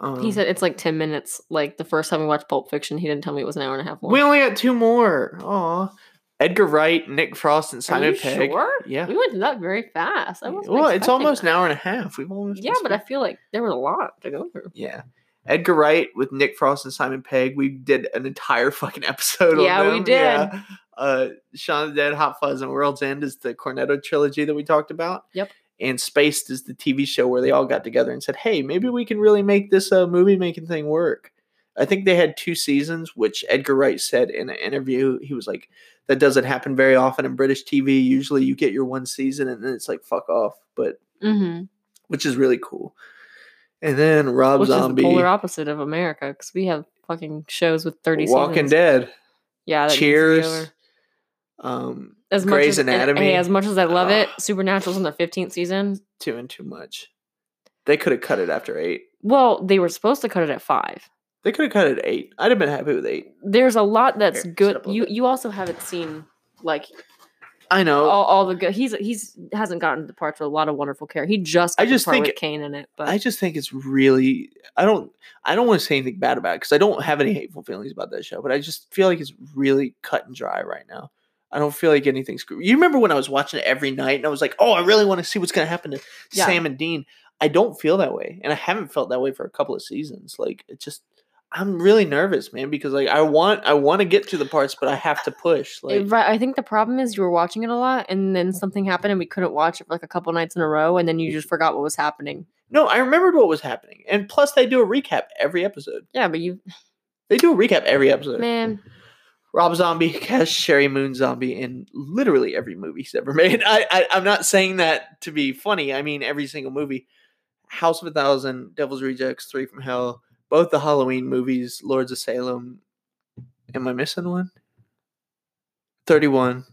S1: Um,
S2: he said it's like ten minutes. Like the first time we watched Pulp Fiction, he didn't tell me it was an hour and a half long.
S1: we only got two more. Aw. Edgar Wright, Nick Frost, and
S2: Are
S1: Simon
S2: you
S1: Pegg.
S2: sure?
S1: Yeah.
S2: We went to that very fast. I wasn't
S1: Well, it's
S2: expecting
S1: almost
S2: that.
S1: an hour and a half. We've almost
S2: Yeah,
S1: been
S2: but I
S1: *laughs* speaking.
S2: feel like there was a lot to go through.
S1: yeah. Edgar Wright with Nick Frost and Simon Pegg. We did an entire fucking episode. on
S2: Yeah, we
S1: them.
S2: did.
S1: Yeah. Uh, Shaun of the Dead, Hot Fuzz, and World's End is the Cornetto trilogy that we talked about.
S2: Yep.
S1: And Spaced is the TV show where they all got together and said, "Hey, maybe we can really make this uh, movie making thing work." I think they had two seasons, which Edgar Wright said in an interview. He was like, "That doesn't happen very often in British TV. Usually, you get your one season and then it's like fuck off." But
S2: Mm-hmm.
S1: which is really cool. And then Rob
S2: Which
S1: Zombie,
S2: is the polar opposite of America because we have fucking shows with thirty
S1: Walking
S2: seasons.
S1: Dead,
S2: Yeah. that needs to be over.
S1: Cheers, um,
S2: as much
S1: Grey's
S2: as, and-
S1: Anatomy.
S2: hey, as much as I love it,
S1: Ugh.
S2: Supernatural's in their 15th season.
S1: two and too much. They could have cut it after eight.
S2: Well, they were supposed to cut it at five.
S1: They could have cut it at eight. I'd have been happy with eight.
S2: There's a lot that's
S1: Here,
S2: good.
S1: step a little
S2: You
S1: bit.
S2: you also haven't seen like
S1: I know.
S2: all, all the good. He's he's hasn't gotten to the parts with a lot of wonderful care. He just
S1: I
S2: got to the
S1: just
S2: part
S1: think-
S2: with Kane in it, but
S1: I just think it's really. I don't. I don't want to say anything bad about it because I don't have any hateful feelings about that show. But I just feel like it's really cut and dry right now. I don't feel like anything's. gr- You remember when I was watching it every night and I was like, "Oh, I really want to see what's going to happen to
S2: Yeah.
S1: Sam and Dean." I don't feel that way, and I haven't felt that way for a couple of seasons. Like it just, I'm really nervous, man, because like I want, I want to get to the parts, but I have to push. Like,
S2: It- right, I think the problem is you were watching it a lot, and then something happened, and we couldn't watch it for like a couple nights in a row, and then you just forgot what was happening.
S1: no, I remembered what was happening, and plus they do a recap every episode.
S2: Yeah, but you,
S1: They do a recap every episode.
S2: man,
S1: Rob Zombie *laughs* cast Sherry Moon Zombie in literally every movie he's ever made. I, I I'm not saying that to be funny. I mean every single movie. House of a Thousand, Devil's Rejects, Three from Hell, both the Halloween movies, Lords of Salem. Am I missing one? Thirty one.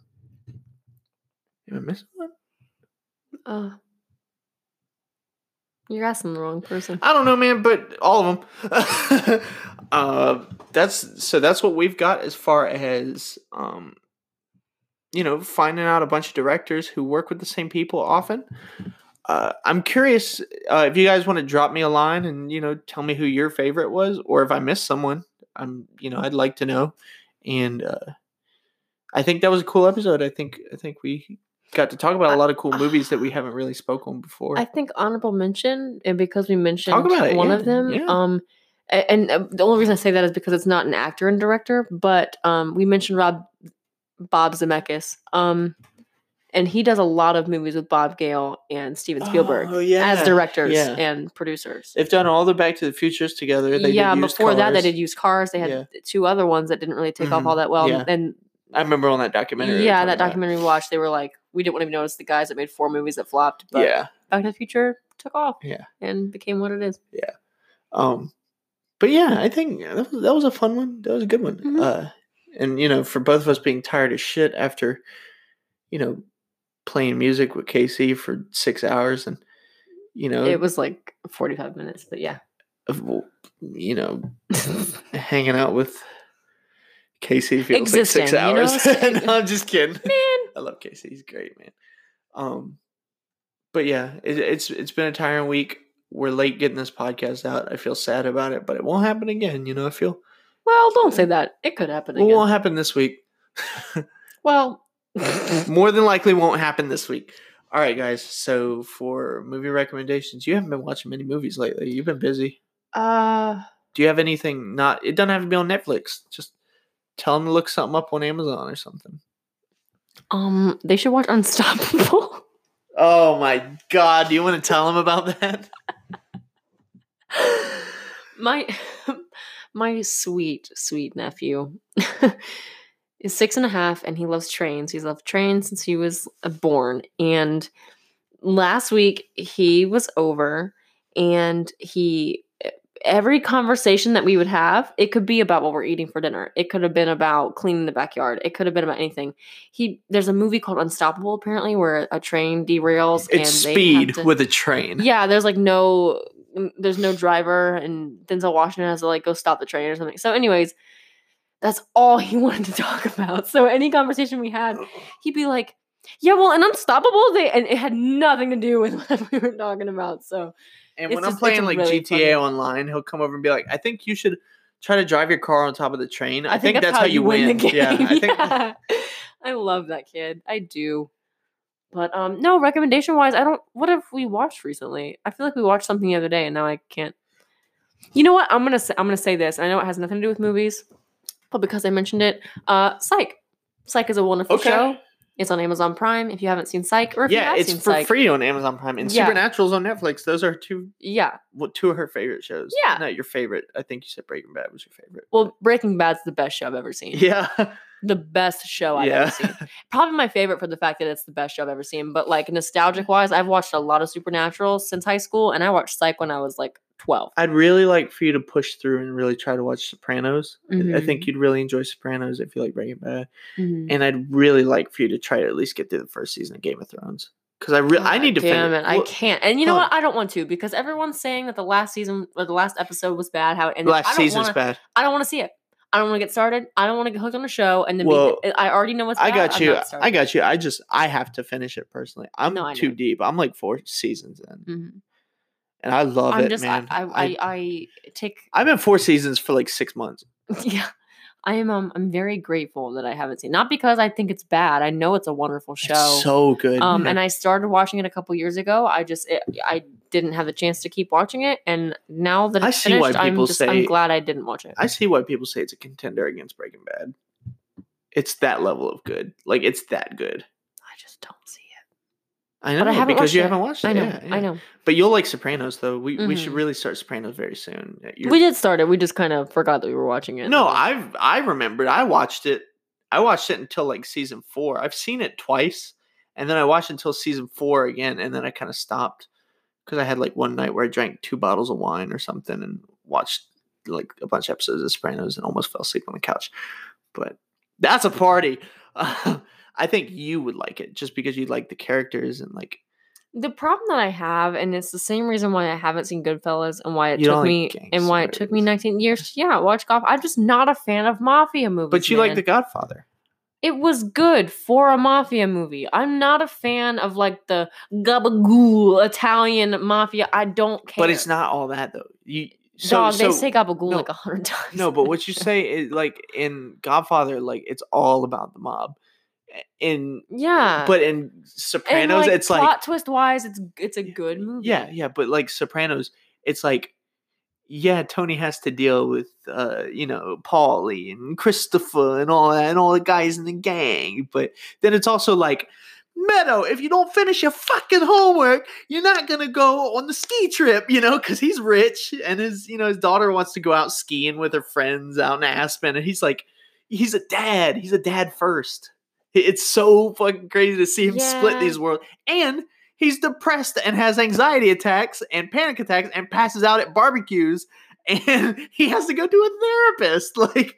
S1: Am I missing one?
S2: uh, you're asking the wrong person.
S1: I don't know, man, but all of them. *laughs* uh, that's so. That's what we've got as far as um, you know, finding out a bunch of directors who work with the same people often. Uh, I'm curious uh, if you guys want to drop me a line and you know tell me who your favorite was, or if I missed someone. I'm, you know, I'd like to know. And uh, I think that was a cool episode. I think I think we got to talk about a lot of cool movies that we haven't really spoken on before.
S2: I think honorable mention, and because we mentioned
S1: about it,
S2: one
S1: yeah,
S2: of them,
S1: yeah.
S2: um, a- and, uh, the only reason I say that is because it's not an actor and director, but um, we mentioned Rob Bob Zemeckis, um, and he does a lot of movies with Bob Gale and Steven Spielberg
S1: Oh, yeah.
S2: as directors
S1: yeah.
S2: and producers.
S1: They've done all the Back to the Futures together. They
S2: yeah,
S1: did used
S2: before that they
S1: Cars.
S2: did use cars. They had
S1: Yeah.
S2: two other ones that didn't really take off
S1: Mhm,
S2: all that well,
S1: yeah.
S2: and
S1: I remember on that documentary.
S2: yeah, that documentary we watched, they were like, we didn't want to notice the guys that made four movies that flopped, but
S1: Yeah,
S2: Back to the Future took off,
S1: Yeah.
S2: and became what it is.
S1: um, but yeah, I think that was, that was a fun one. That was a good one.
S2: Mhm.
S1: Uh, and you know, for both of us being tired as shit after, you know, playing music with Casey for six hours, and you know,
S2: It was like 45 minutes, but yeah.
S1: of- you
S2: *laughs*
S1: know, hanging out with Casey feels
S2: Existing,
S1: like
S2: you
S1: six
S2: know
S1: hours. *laughs*
S2: what I'm saying?
S1: no, I'm just kidding.
S2: Man.
S1: I love Casey. He's great, man. Um, but yeah, it, it's it's been a tiring week. We're late getting this podcast out. I feel sad about it, but it won't happen again. You know, I feel
S2: Well, don't say that. It could happen
S1: it
S2: again.
S1: won't happen this *laughs* week.
S2: Well, *laughs*
S1: More than likely, won't happen this week. All right, guys. So for movie recommendations, you haven't been watching many movies lately. You've been busy.
S2: uh,
S1: Do you have anything? Not it doesn't have to be on Netflix. Just tell them to look something up on Amazon or something.
S2: Um, they should watch Unstoppable. *laughs*
S1: Oh my god, do you want to tell him about that?
S2: my *laughs* my sweet sweet nephew *laughs* is six and a half and he loves trains he's loved trains since he was uh, born and last week he was over and he e, every conversation that we would have it could be about what we're eating for dinner it could have been about cleaning the backyard it could have been about anything he there's a movie called unstoppable apparently where a train derails and
S1: It's
S2: they have
S1: speed
S2: to-
S1: with a train.
S2: yeah, there's like no mm, there's no driver and Denzel Washington has to like go stop the train or something. So anyways, that's all he *laughs* wanted to talk about. So any conversation we had, he'd be like, "Yeah, well, and Unstoppable they and it had nothing to do with *laughs* what we were talking about." So
S1: And
S2: It's
S1: when
S2: just-
S1: I'm
S2: it's
S1: playing like
S2: really funny.
S1: GTA online, he'll come over and be like, "I think you should try to drive your car on top of the train. I,
S2: I,
S1: think, that's how, you win."
S2: the game.
S1: Yeah, I think
S2: *laughs* Yeah. I love that kid. I do. But um no, recommendation wise, I don't what have we watched recently? I feel like we watched something the other day and now I can't You know what? I'm gonna say I'm gonna say this. I know it has nothing to do with movies, but because I mentioned it, uh Psych. Psych is a wonderful
S1: Okay.
S2: show. It's on Amazon Prime if you haven't seen Psych or if you
S1: yeah,
S2: have
S1: it's
S2: seen
S1: for
S2: Psych.
S1: free on Amazon Prime and
S2: Yeah.
S1: Supernatural's on Netflix. Those are two
S2: Yeah.
S1: well, two of her favorite shows.
S2: Yeah.
S1: not your favorite. I think you said Breaking Bad was your favorite.
S2: Well, Breaking Bad's the best show I've ever seen.
S1: Yeah, *laughs*
S2: The best show I've
S1: yeah.
S2: ever seen. probably my favorite for the fact that it's the best show I've ever seen. But like nostalgic wise, I've watched a lot of Supernatural since high school, and I watched Psych when I was like twelve.
S1: I'd really like for you to push through and really try to watch Sopranos. I- I
S2: Mhm.
S1: think you'd really enjoy Sopranos if you like Breaking Bad. And I'd really like for you to try to at least get through the first season of Game of Thrones because I really I
S2: God
S1: need to
S2: Oh damn
S1: finish.
S2: it! I
S1: well,
S2: can't. And you know
S1: huh.
S2: what? I don't want to because everyone's saying that the last season or the last episode was bad. How it ended. I
S1: Last
S2: don't
S1: season's
S2: wanna,
S1: bad.
S2: I don't want to see it. I don't want to get started. I don't want to get hooked on a show and then.
S1: Well,
S2: be, I already know what's.
S1: I
S2: bad.
S1: got
S2: I'm
S1: you.
S2: not starting.
S1: I got you. I just I have to finish it personally. I'm
S2: No, I
S1: too
S2: know.
S1: deep. I'm like four seasons in,
S2: Mhm.
S1: and I love
S2: I'm
S1: it,
S2: just.
S1: man.
S2: I, I, I, I take
S1: have been four seasons for like six months.
S2: yeah i am um, i'm very grateful that i haven't seen not because i think it's bad i know it's a wonderful show
S1: It's so good.
S2: um
S1: man. *laughs*
S2: and i started watching it a couple years ago i just it, i didn't have the chance to keep watching it and now that
S1: I
S2: it's
S1: see why
S2: finished i'm
S1: people
S2: just
S1: say-
S2: i'm glad i didn't watch it
S1: I see why people say it's a contender against Breaking Bad. It's that level of good. Like it's that good.
S2: i just don't see it
S1: I know
S2: But I haven't
S1: because you
S2: watched it.
S1: haven't watched it.
S2: i know
S1: yeah,
S2: i
S1: yeah.
S2: know
S1: But you'll like Sopranos though. We we should
S2: Mhm.
S1: really start Sopranos very soon. You're-
S2: we did start it we just kind of forgot that we were watching it
S1: No, I've I remembered. I watched it. I watched it until like season four. I've seen it twice, and then I watched until season four again, and then I kind of stopped because I had like one night where I drank two bottles of wine or something and watched like a bunch of episodes of Sopranos and almost fell asleep on the couch. But that's a party. *laughs* I think you would like it just because you like the characters and like
S2: the problem that I have, and it's the same reason why I haven't seen Goodfellas and why it
S1: You don't
S2: took
S1: like
S2: me and why it took me
S1: gangsters.
S2: 19 years to yeah, watch golf. I'm just not a fan of mafia movies.
S1: but you
S2: Oh, man.
S1: like The Godfather.
S2: It was good for a mafia movie. I'm not a fan of like the gabagool Italian mafia. I don't care.
S1: But it's not all that though. You so,
S2: Dog,
S1: so
S2: they say gabagool
S1: no,
S2: like a hundred *laughs* times.
S1: No, but what you say is like in Godfather, like it's all about the mob. eh, In
S2: yeah,
S1: but in
S2: Uh, And,
S1: Sopranos,
S2: like,
S1: it's
S2: plot
S1: like
S2: twist wise, it's it's a good movie.
S1: yeah, yeah. But like Sopranos, it's like yeah, Tony has to deal with uh, you know Paulie and Christopher and all that and all the guys in the gang. But then it's also like. Meadow, if you don't finish your fucking homework, you're not gonna go on the ski trip, you know, because he's rich and his, you know, his daughter wants to go out skiing with her friends out in Aspen, and he's like, he's a dad, he's a dad first. I- It's so fucking crazy to see him split
S2: Yeah.
S1: these worlds, and he's depressed and has anxiety attacks and panic attacks and passes out at barbecues, *laughs* and he has to go to a therapist. *laughs* Like,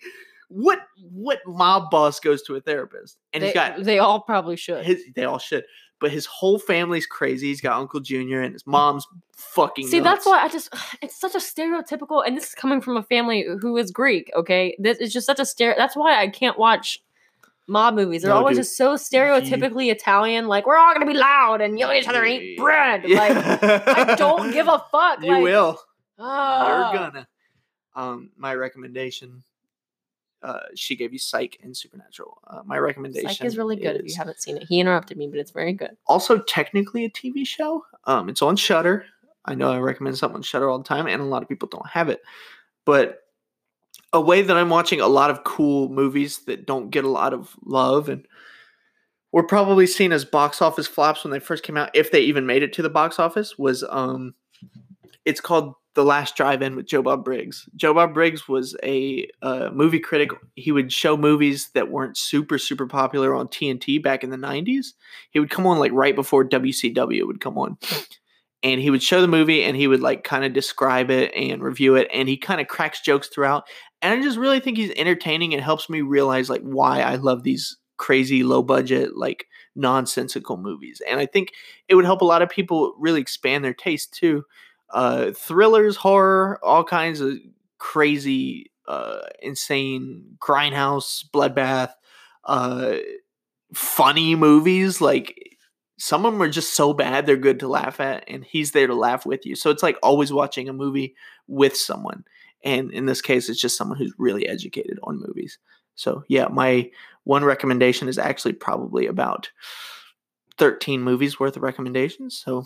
S1: what what mob boss goes to a therapist? And
S2: they,
S1: he's got
S2: they all probably should.
S1: his, they all should. But his whole family's crazy. He's got Uncle Junior and his mom's fucking.
S2: Mm. See,
S1: nuts.
S2: that's why I just *sighs* it's such a stereotypical and this is coming from a family who is Greek, okay? This is just such a stare that's why I can't watch mob movies. They're
S1: No,
S2: always
S1: dude.
S2: just so stereotypically Italian, like we're all gonna be loud and yell at each other and
S1: *laughs*
S2: eat bread. Like I don't give a fuck.
S1: You
S2: like, ah.
S1: will.
S2: ugh.
S1: You're gonna. Um, my recommendation. Uh, she gave you Psych and Supernatural. Uh, my recommendation.
S2: Psych is really good if
S1: is
S2: you haven't seen it. He interrupted me, but it's very good.
S1: Also, technically a TV show. Um, it's on Shutter. I know I recommend something on Shutter all the time, and a lot of people don't have it. But a way that I'm watching a lot of cool movies that don't get a lot of love and were probably seen as box office flops when they first came out, if they even made it to the box office, was um, it's called The Last Drive In with Joe Bob Briggs. Joe Bob Briggs was a uh, movie critic. He would show movies that weren't super, super popular on TNT back in the 90s. He would come on like right before WCW would come on. And he would show the movie and he would like kind of describe it and review it. And he kind of cracks jokes throughout. And I just really think he's entertaining and helps me realize like why I love these crazy low budget like nonsensical movies and i think it would help a lot of people really expand their taste too uh thrillers horror all kinds of crazy uh insane grindhouse bloodbath uh funny movies like some of them are just so bad they're good to laugh at and he's there to laugh with you so it's like always watching a movie with someone and in this case it's just someone who's really educated on movies so yeah, my one recommendation is actually probably about 13 movies worth of recommendations. So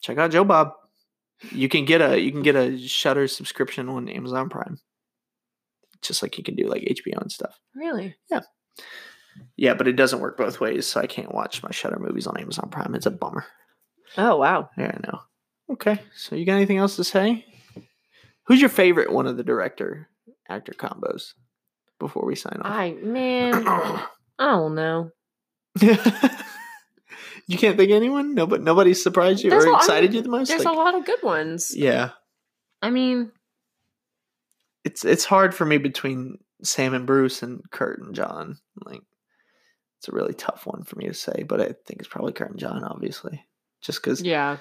S1: check out Joe Bob. You can get a you can get a Shutter subscription on Amazon Prime. Just like you can do like HBO and stuff.
S2: Really?
S1: Yeah, but it doesn't work both ways, so I can't watch my Shutter movies on Amazon Prime. It's a bummer.
S2: Oh wow.
S1: Yeah, I know. Okay. So you got anything else to say? Who's your favorite one of the director actor combos before we sign off?
S2: I man, I don't know.
S1: *coughs* you can't think of anyone? No, but nobody surprised you
S2: There's a
S1: or
S2: lot-
S1: excited you the most?
S2: There's
S1: Like,
S2: a lot of good ones.
S1: Yeah.
S2: I mean,
S1: It's it's hard for me between Sam and Bruce and Kurt and John. Like it's a really tough one for me to say, but I think it's probably Kurt and John, obviously. Just because
S2: yeah.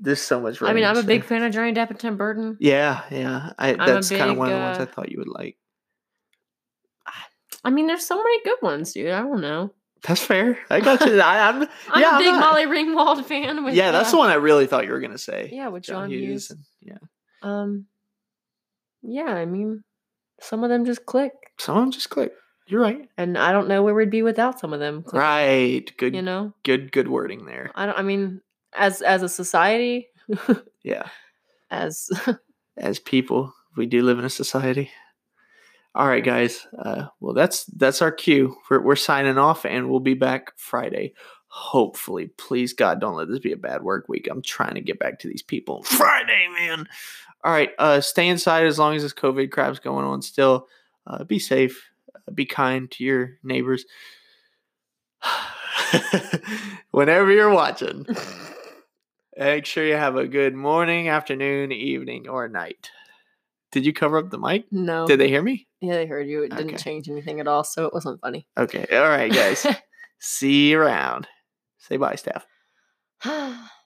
S1: there's so much
S2: I mean, I'm a
S1: range eh.
S2: big
S1: there.
S2: fan of Johnny Depp and Tim Burton.
S1: Yeah, yeah. I,
S2: a
S1: that's kind of
S2: big,
S1: one of the ones
S2: uh,
S1: I thought you would like.
S2: I mean, there's so many good ones, dude. I don't know.
S1: That's fair. I got
S2: *laughs*
S1: you. I, I'm,
S2: I'm
S1: yeah,
S2: a big
S1: not-
S2: Molly *laughs* Ringwald fan. With,
S1: Yeah, that's the
S2: uh,
S1: one I really thought you were gonna say.
S2: Yeah, with John, Hughes.
S1: and- yeah,
S2: Um, yeah, I mean, some of them just click,
S1: some of them just click. You're right.
S2: and I don't know where we'd be without some of them. Click,
S1: Right. Good.
S2: You know,
S1: good. Good wording there.
S2: I don't. I mean, as as a society,
S1: Yeah.
S2: as *laughs*
S1: As people, we do live in a society. All right, guys. Uh, well, that's that's our cue. We're, we're signing off, and we'll be back Friday. Hopefully, please God, don't let this be a bad work week. I'm trying to get back to these people. Friday, man. All right. Uh, stay inside as long as this COVID crap's going on. Still, uh, be safe. Uh, be kind to your neighbors. *sighs* Whenever you're watching. Make sure you have a good morning, afternoon, evening, or night. Did you cover up the mic?
S2: no,
S1: Did they hear me?
S2: yeah, they heard you. It didn't
S1: Okay.
S2: change anything at all, so it wasn't funny. *laughs*
S1: Okay. All right, guys. See you around. Say bye, staff.
S2: *laughs* guys.